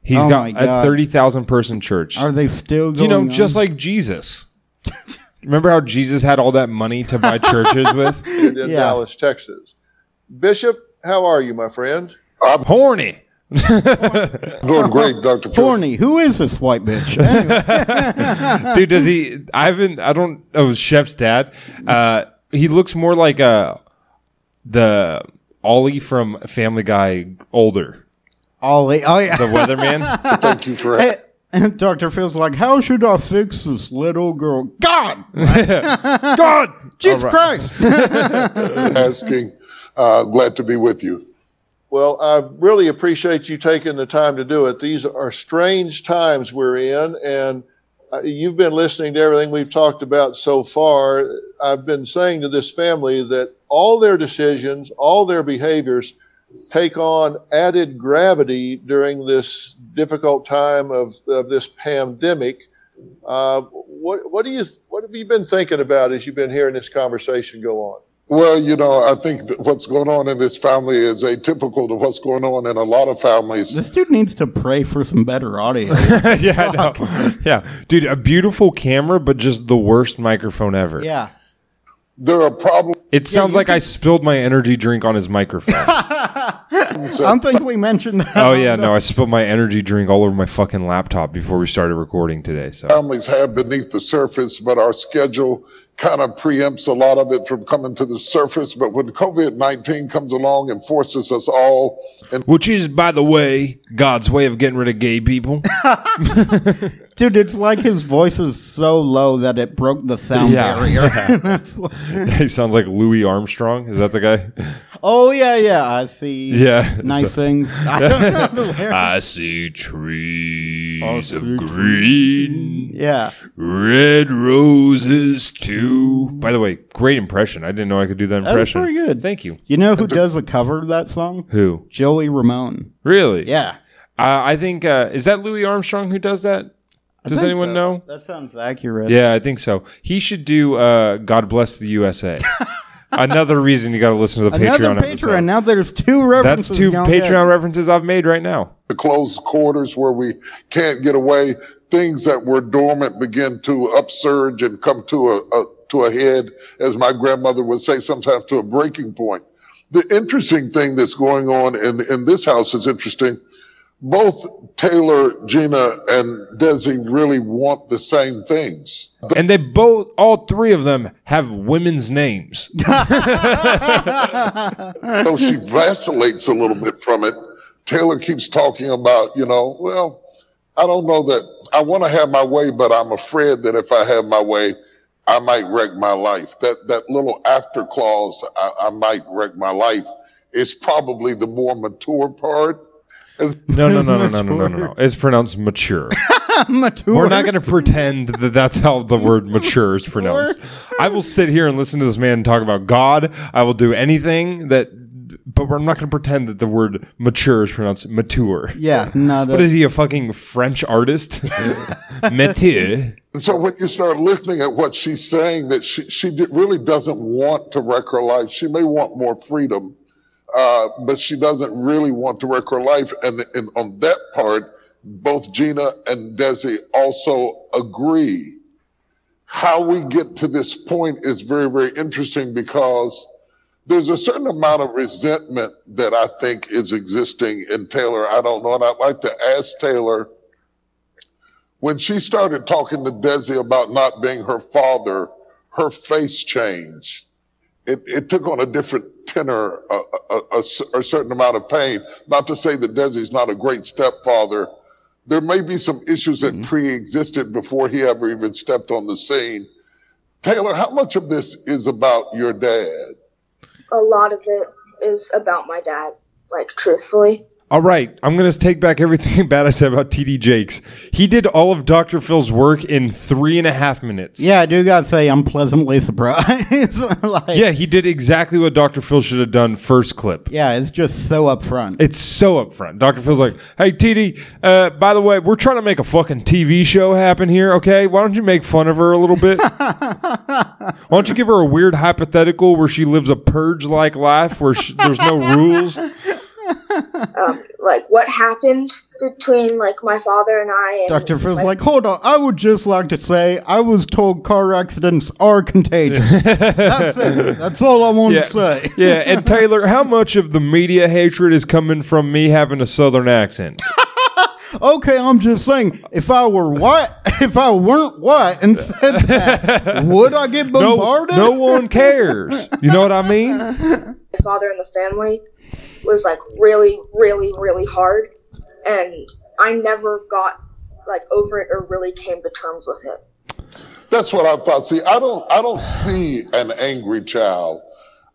S1: He's
S2: Oh
S1: got
S2: my
S1: a
S2: God.
S1: thirty thousand person church.
S2: Are they still? Going
S1: you know,
S2: on?
S1: just like Jesus. Remember how Jesus had all that money to buy churches with?
S5: in
S2: Yeah.
S5: Dallas, Texas. Bishop, how are you, my friend?
S1: Horny.
S4: Doing great, Dr.
S2: horny. Who is this white bitch?
S1: Dude, does he? I haven't. I don't. Oh, Chef's dad. Uh, he looks more like uh the Ollie from Family Guy, older.
S2: Ollie. Oh yeah.
S1: The weatherman.
S4: Thank you for
S2: Eh, And Dr. Phil's like, How should I fix this little girl? God!
S1: God,
S2: Jesus Christ!
S4: asking. Uh, glad to be with you.
S5: Well, I really appreciate you taking the time to do it. These are strange times we're in, and uh, you've been listening to everything we've talked about so far. I've been saying to this family that all their decisions, all their behaviors take on added gravity during this difficult time of, of this pandemic. Uh, what, what, do you, what have you been thinking about as you've been hearing this conversation go on?
S9: Well, you know, I think that what's going on in this family is atypical to what's going on in a lot of families.
S2: This dude needs to pray for some better audio.
S1: yeah, I know. yeah, dude, a beautiful camera, but just the worst microphone ever.
S2: yeah.
S9: There are problems
S1: It sounds like I spilled my energy drink on his microphone.
S2: I don't think we mentioned that.
S1: oh yeah, no, I spilled my energy drink all over my fucking laptop before we started recording today. So
S9: families have beneath the surface, but our schedule kind of preempts a lot of it from coming to the surface. But when COVID 19 comes along and forces us all
S1: which is by the way, God's way of getting rid of gay people.
S2: Dude, it's like his voice is so low that it broke the sound
S1: Yeah.
S2: barrier.
S1: Yeah.
S2: That's like-
S1: he sounds like Louis Armstrong. Is that the guy?
S2: oh, yeah, yeah. I see
S1: Yeah.
S2: nice things. I don't know the lyrics.
S1: I see trees
S2: I see
S1: of
S2: trees.
S1: green,
S2: yeah.
S1: red roses too. By the way, great impression. I didn't know I could do that
S2: That was
S1: impression.
S2: pretty good.
S1: Thank you.
S2: You know who does a cover of that song?
S1: Who?
S2: Joey Ramone.
S1: Really?
S2: Yeah.
S1: Uh, I think uh, is that Louis Armstrong who does that.
S2: I
S1: Does
S2: think
S1: anyone
S2: so.
S1: know?
S2: That sounds accurate.
S1: Yeah, I think so. He should do uh, "God Bless the USA." Another reason you got to listen to the
S2: Another
S1: Patreon.
S2: Patreon.
S1: episode.
S2: Now there's two
S1: That's
S2: references.
S1: two
S2: going
S1: Patreon
S2: in.
S1: references I've made right now.
S9: the close quarters where we can't get away, things that were dormant begin to upsurge and come to a, a to a head, as my grandmother would say, sometimes to a breaking point. The interesting thing that's going on in, in this house is interesting. Both Taylor, Gina, and Desi really want the same things.
S1: And they both, all three of them, have women's names.
S9: So she vacillates a little bit from it. Taylor keeps talking about, you know, well, I don't know that I want to have my way, but I'm afraid that if I have my way, I might wreck my life. That that little after clause, I, I might wreck my life, is probably the more mature part.
S1: No, no, no, no, no, no, no, no, no. It's pronounced mature.
S2: Mature.
S1: We're not going to pretend that that's how the word mature is pronounced. I will sit here and listen to this man talk about God. I will do anything that, but we're not going to pretend that the word mature is pronounced mature.
S2: Yeah, not
S1: What
S2: a-
S1: is he, a fucking French artist? Mature.
S9: And so when you start listening at what she's saying, that she, she di- really doesn't want to wreck her life. She may want more freedom, uh, but she doesn't really want to wreck her life. And, and on that part, both Gina and Desi also agree. How we get to this point is very, very interesting because there's a certain amount of resentment that I think is existing in Taylor. I don't know. And I'd like to ask Taylor, when she started talking to Desi about not being her father, her face changed. It, it took on a different tenor, a, a- a- a cer- a certain amount of pain. Not to say that Desi's not a great stepfather. There may be some issues that pre-existed before he ever even stepped on the scene. Taylor, how much of this is about your dad?
S8: A lot of it is about my dad, like truthfully.
S1: All right, I'm going to take back everything bad I said about TD Jakes. He did all of Dr. Phil's work in three and a half minutes.
S2: yeah, I do gotta say I'm pleasantly surprised. like,
S1: Yeah, he did exactly what Dr. Phil should have done first clip.
S2: yeah, it's just so upfront.
S1: It's so upfront. Dr. Phil's like, hey, TD, uh, by the way, we're trying to make a fucking TV show happen here, okay? Why don't you make fun of her a little bit? Why don't you give her a weird hypothetical where she lives a purge like life where she, there's no rules?
S8: Um, like what happened between like my father and I. And,
S2: Dr. Phil's like, hold on, I would just like to say I was told car accidents are contagious. That's it. That's all I want to say.
S1: yeah, and Taylor, how much of the media hatred is coming from me having a southern accent?
S2: Okay, I'm just saying, if I were white, if I weren't white and said that, would I get
S1: No,
S2: bombarded?
S1: no one cares. You know what I mean?
S8: my father and the family was like really, really, really hard, and I never got like over it or really came to terms with it.
S9: That's what I thought. See, I don't, I don't see an angry child.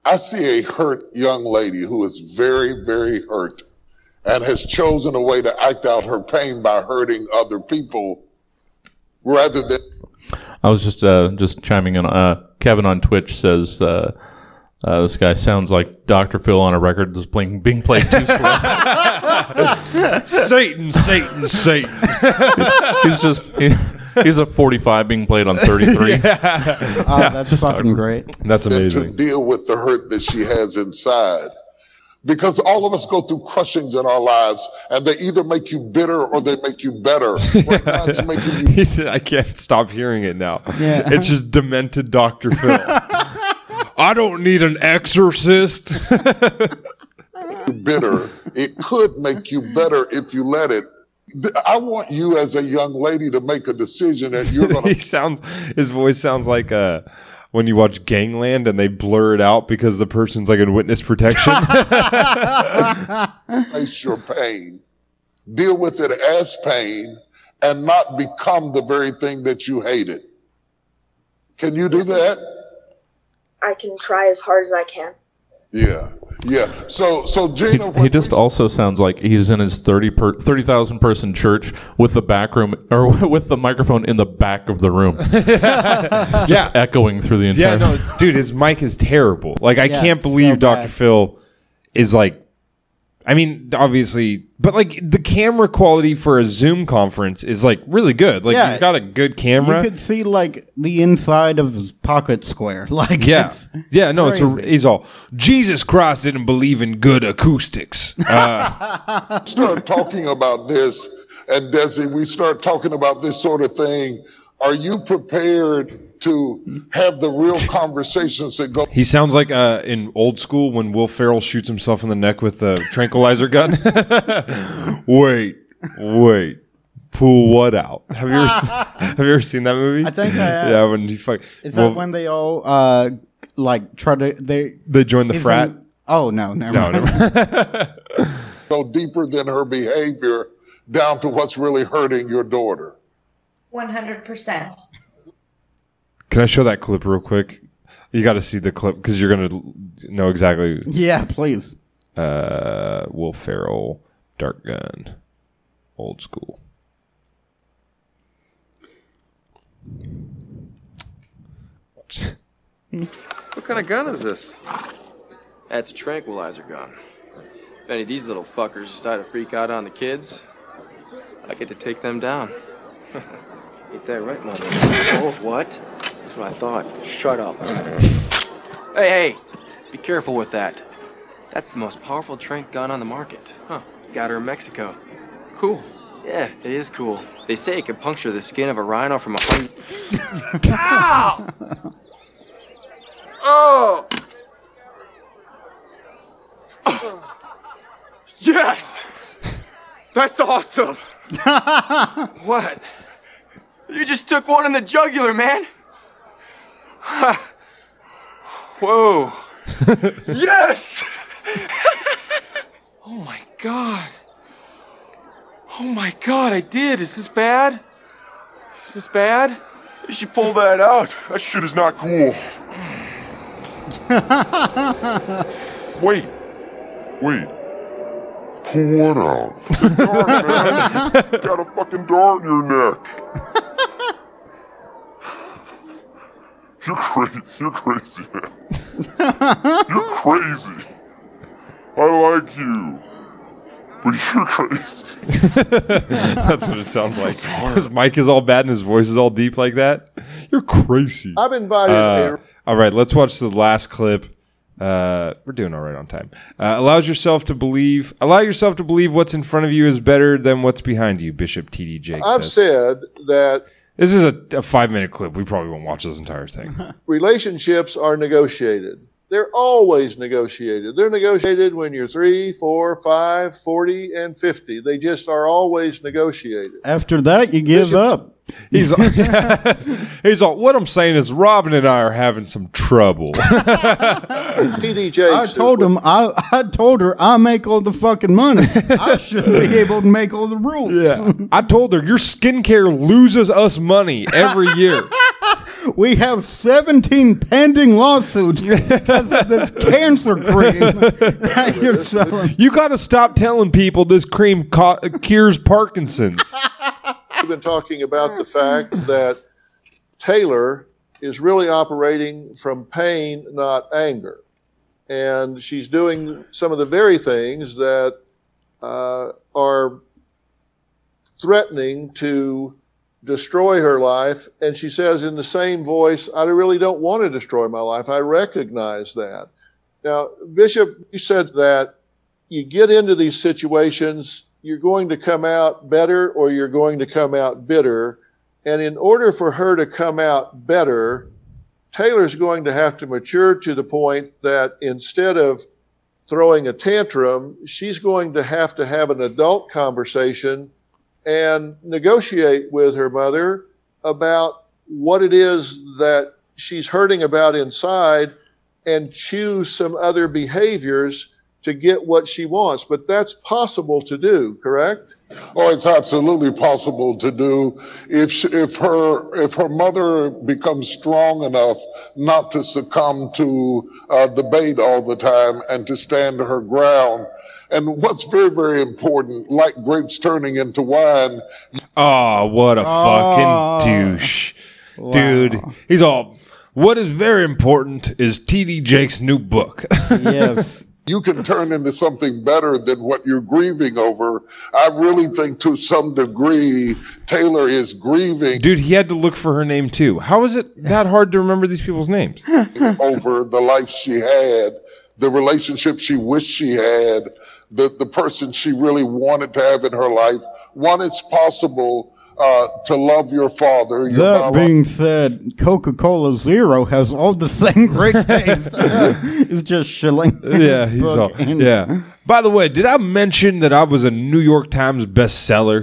S9: I see a hurt young lady who is very, very hurt and has chosen a way to act out her pain by hurting other people rather than
S10: I was just uh, just chiming in. Uh, Kevin on Twitch says uh, uh, this guy sounds like Dr. Phil on a record that's being, being played too slow.
S1: Satan, Satan, Satan.
S10: He's just he- He's a 45 being played on 33.
S2: Oh, that's fucking great.
S1: That's
S9: than to
S1: amazing.
S9: deal with the hurt that she has inside. Because all of us go through crushings in our lives, and they either make you bitter or they make you better. Right now, it's making you
S1: He said, I can't stop hearing it now.
S2: Yeah.
S1: It's just demented Dr. Phil. I don't need an exorcist.
S9: bitter. It could make you better if you let it. Th- I want you as a young lady to make a decision that you're going
S1: he
S9: to.
S1: sounds his voice sounds like uh when you watch Gangland and they blur it out because the person's like in witness protection.
S9: face your pain, deal with it as pain, and not become the very thing that you hated. Can you do that?
S8: I can try as hard as I can.
S9: Yeah, yeah. So, so
S10: He,
S9: Gina,
S10: he just also sounds like he's in his 30 per, 30,000 person church with the back room or with the microphone in the back of the room. It's just
S1: Yeah.
S10: echoing through the entire
S1: yeah, no, it's, dude, his mic is terrible. Like I
S2: Yeah,
S1: can't
S2: so
S1: believe Dr.
S2: bad.
S1: Phil is like I mean, obviously, but like the camera quality for a Zoom conference is like really good. Like
S2: Yeah.
S1: he's got a good
S2: You
S1: camera.
S2: could see like the inside of his pocket square. Like
S1: Yeah,
S2: it's-
S1: yeah, no, it's a,
S2: crazy.
S1: he's all Jesus Christ didn't believe in good acoustics. Uh,
S9: start talking about this, and Desi, we start talking about this sort of thing. Are you prepared to have the real conversations that go
S1: he sounds like uh, in old school when Will Ferrell shoots himself in the neck with a tranquilizer gun. wait, wait, pull what out? Have you ever se- have you ever seen that movie? I
S2: think I have.
S1: Yeah, when he fuck,
S2: Is
S1: well,
S2: that when they all uh like try to they
S1: they join the
S2: isn't-
S1: frat.
S2: Oh no, never
S1: No,
S2: mind.
S1: never mind.
S9: go deeper than her behavior down to what's really hurting your daughter?
S6: 100%.
S1: Can I show that clip real quick? You got to see the clip because you're gonna l- know exactly
S2: Yeah, please.
S1: uh, Will Ferrell, Dark Gun, old school.
S11: What kind of gun is this? That's a tranquilizer gun. If any of these little fuckers decide to freak out on the kids, I get to take them down. Ain't that right, mother? Oh, what? That's what I thought. Shut up. hey, hey! Be careful with that. That's the most powerful trank gun on the market. Huh. Got her in Mexico. Cool. Yeah, it is cool. They say it can puncture the skin of a rhino from a hundred. Oh! Yes! That's awesome! what? You just took one in the jugular, man! Ha. Whoa. yes! oh my god. Oh my god, I did. Is this bad? Is this bad? You should pull that out. That shit is not cool.
S9: Wait, wait. Pull what out? Got a fucking dart in your neck. You're crazy. You're crazy man. You're crazy. I like you, but you're crazy.
S1: That's what it sounds like. his mic is all bad and his voice is all deep like that. You're crazy.
S5: I've invited
S1: Uh,
S5: Aaron.
S1: all right, let's watch the last clip. Uh, we're doing all right on time. Uh, allows yourself to believe. Allow yourself to believe what's in front of you is better than what's behind you. Bishop T D Jake
S5: I've
S1: says.
S5: said that
S1: This is a, a five minute clip. We probably won't watch this entire thing.
S5: relationships are negotiated. They're always negotiated. They're negotiated when you're three, four, five, 40, and 50. They just are always negotiated.
S2: After that you give up.
S1: He's he's all. What I'm saying is, Robin and I are having some trouble.
S5: PD Jakes.
S2: I
S5: is
S2: told
S5: what-
S2: him I, I told her I make all the fucking money. I should be able to make all the rules.
S1: Yeah. I told her your skincare loses us money every year.
S2: We have 17 pending lawsuits because of this cancer cream that you're selling.
S1: you got to stop telling people this cream co- cures Parkinson's.
S5: We've been talking about the fact that Taylor is really operating from pain, not anger. And she's doing some of the very things that uh, are threatening to destroy her life. And she says in the same voice, I really don't want to destroy my life. I recognize that. Now, Bishop, you said that you get into these situations, you're going to come out better or you're going to come out bitter. And in order for her to come out better, Taylor's going to have to mature to the point that instead of throwing a tantrum, she's going to have to have an adult conversation and negotiate with her mother about what it is that she's hurting about inside and choose some other behaviors to get what she wants. But that's possible to do, correct?
S9: Oh, it's absolutely possible to do if she, if her if her mother becomes strong enough not to succumb to uh, debate all the time and to stand her ground. And what's very very important, like grapes turning into wine.
S1: Oh, what a fucking douche. Dude, he's all, what is very important is TD Jake's new book.
S2: Yes.
S9: You can turn into something better than what you're grieving over. I really think to some degree, Taylor is grieving
S1: Dude, he had to look for her name too. How is it that hard to remember these people's names?
S9: over the life she had, the relationship she wished she had, the, the person she really wanted to have in her life. One, it's possible uh, to love your father, your
S2: That
S9: biological
S2: being said, Coca Cola Zero has all the same great taste. it's just shilling.
S1: yeah, he's all,
S2: And-
S1: yeah. By the way, did I mention that I was a New York Times bestseller?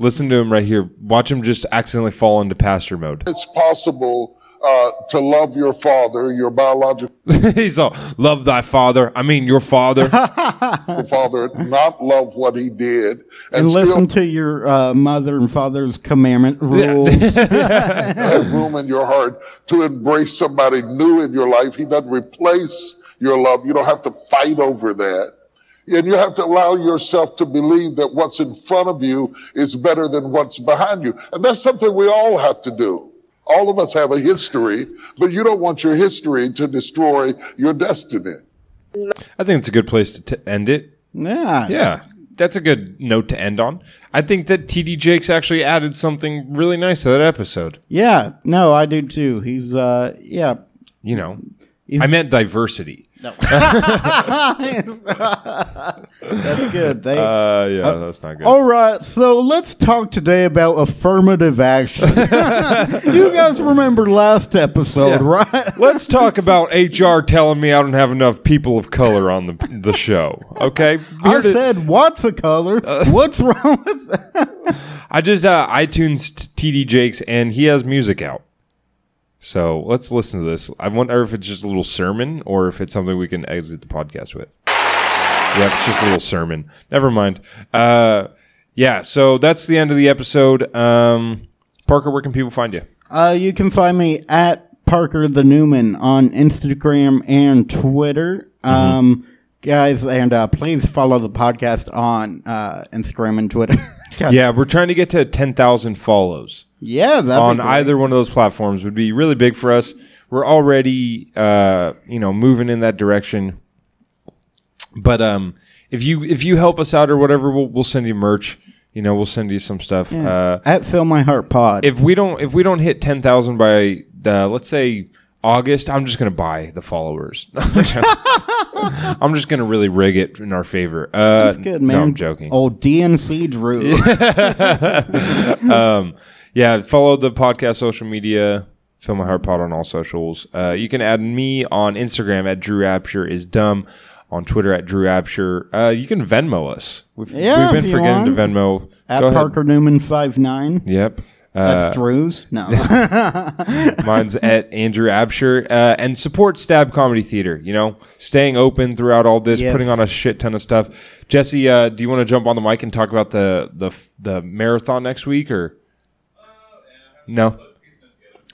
S1: Listen to him right here. Watch him just accidentally fall into pastor mode.
S9: it's possible uh, to love your father, your biological
S1: he's all, love thy father. I mean, your father.
S9: father, not love what he did,
S2: And,
S9: and, still
S2: listen to your uh, mother and father's commandment rules.
S9: have room in your heart to embrace somebody new in your life. He doesn't replace your love. You don't have to fight over that. And you have to allow yourself to believe that what's in front of you is better than what's behind you. And that's something we all have to do. All of us have a history, but you don't want your history to destroy your destiny.
S1: I think it's a good place to t- end it.
S2: yeah.
S1: Yeah, that's a good note to end on. I think that TD Jakes actually added something really nice to that episode.
S2: Yeah. No, I do too. He's, uh, yeah.
S1: You know, I meant diversity.
S2: That's good. They,
S1: Uh, yeah, that's not good.
S2: All right, so let's talk today about affirmative action. you guys remember last episode, right?
S1: Let's talk about HR telling me I don't have enough people of color on the the show. Okay,
S2: I
S1: Here to-
S2: said, "What's a color? What's wrong with that?"
S1: I just uh, iTunes TD Jakes, and he has music out. So let's listen to this. I wonder if it's just a little sermon or if it's something we can exit the podcast with. Yep, it's just a little sermon. Never mind. Uh, yeah, so that's the end of the episode. Um, Parker, where can people find you?
S2: Uh, you can find me at Parker the Newman on Instagram and Twitter. Um, guys, and uh, please follow the podcast on uh, Instagram and Twitter. God,
S1: Yeah, we're trying to get to 10,000 follows.
S2: yeah, that
S1: on either one of those platforms would be really big for us. We're already, uh, you know, moving in that direction. But um, if you if you help us out or whatever, we'll, we'll send you merch. You know, we'll send you some stuff. Uh,
S2: at Fill My Heart Pod.
S1: if we don't if we don't hit ten thousand by uh, let's say August, I'm just gonna buy the followers. I'm just gonna really rig it in our favor. Uh,
S2: That's good, man.
S1: No, I'm joking.
S2: Oh, DNC Drew.
S1: Yeah, follow the podcast social media. Fill my heart pod on all socials. Uh, you can add me on Instagram at Drew Apsher is dumb. On Twitter at Drew Apsher. Uh, you can Venmo us. We've,
S2: Yeah,
S1: we've
S2: if
S1: been
S2: you
S1: forgetting to
S2: want.
S1: Venmo.
S2: At
S1: Go ahead.
S2: Parker Newman five nine.
S1: Yep.
S2: That's
S1: Uh,
S2: Drew's. No.
S1: mine's at Andrew Absher. Uh, and support Stab Comedy Theater. You know, staying open throughout all this,
S2: Yes.
S1: putting on a shit ton of stuff. Jesse, uh, do you want to jump on the mic and talk about the the the marathon next week or? No.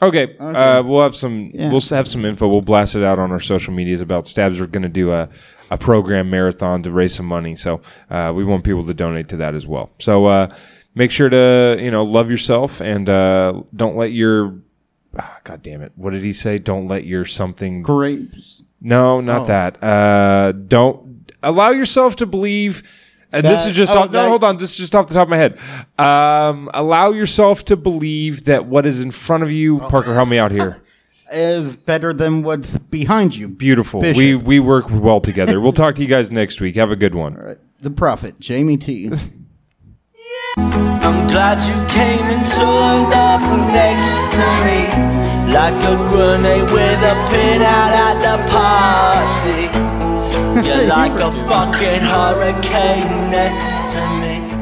S1: Okay, Uh, we'll have some. We'll s- have some info. We'll blast it out on our social medias about stabs. We're going to do a, a program marathon to raise some money, so uh, we want people to donate to that as well. So uh, make sure to you know love yourself and uh, don't let your ah, God damn it. What did he say? Don't let your something.
S2: Grapes.
S1: No, not that. Uh, don't allow yourself to believe. And this
S2: That-
S1: is just
S2: oh,
S1: off, no,
S2: that-
S1: hold on. This is just off the top of my head. Um, allow yourself to believe that what is in front of you,
S2: Oh.
S1: Parker, help me out here.
S2: is better than what's behind you.
S1: Beautiful.
S2: Bishop.
S1: We we work well together. We'll talk to you guys next week. Have a good one.
S2: The prophet, Jamie T.
S3: I'm glad you came and turned up next to me Like a grenade with a pin out at the party You're like a fucking hurricane next to me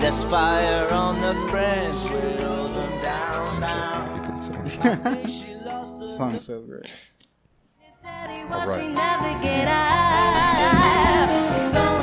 S3: There's fire on the fringe, we're all them down, down
S2: Song so great.
S12: Watch me navigate. I've gone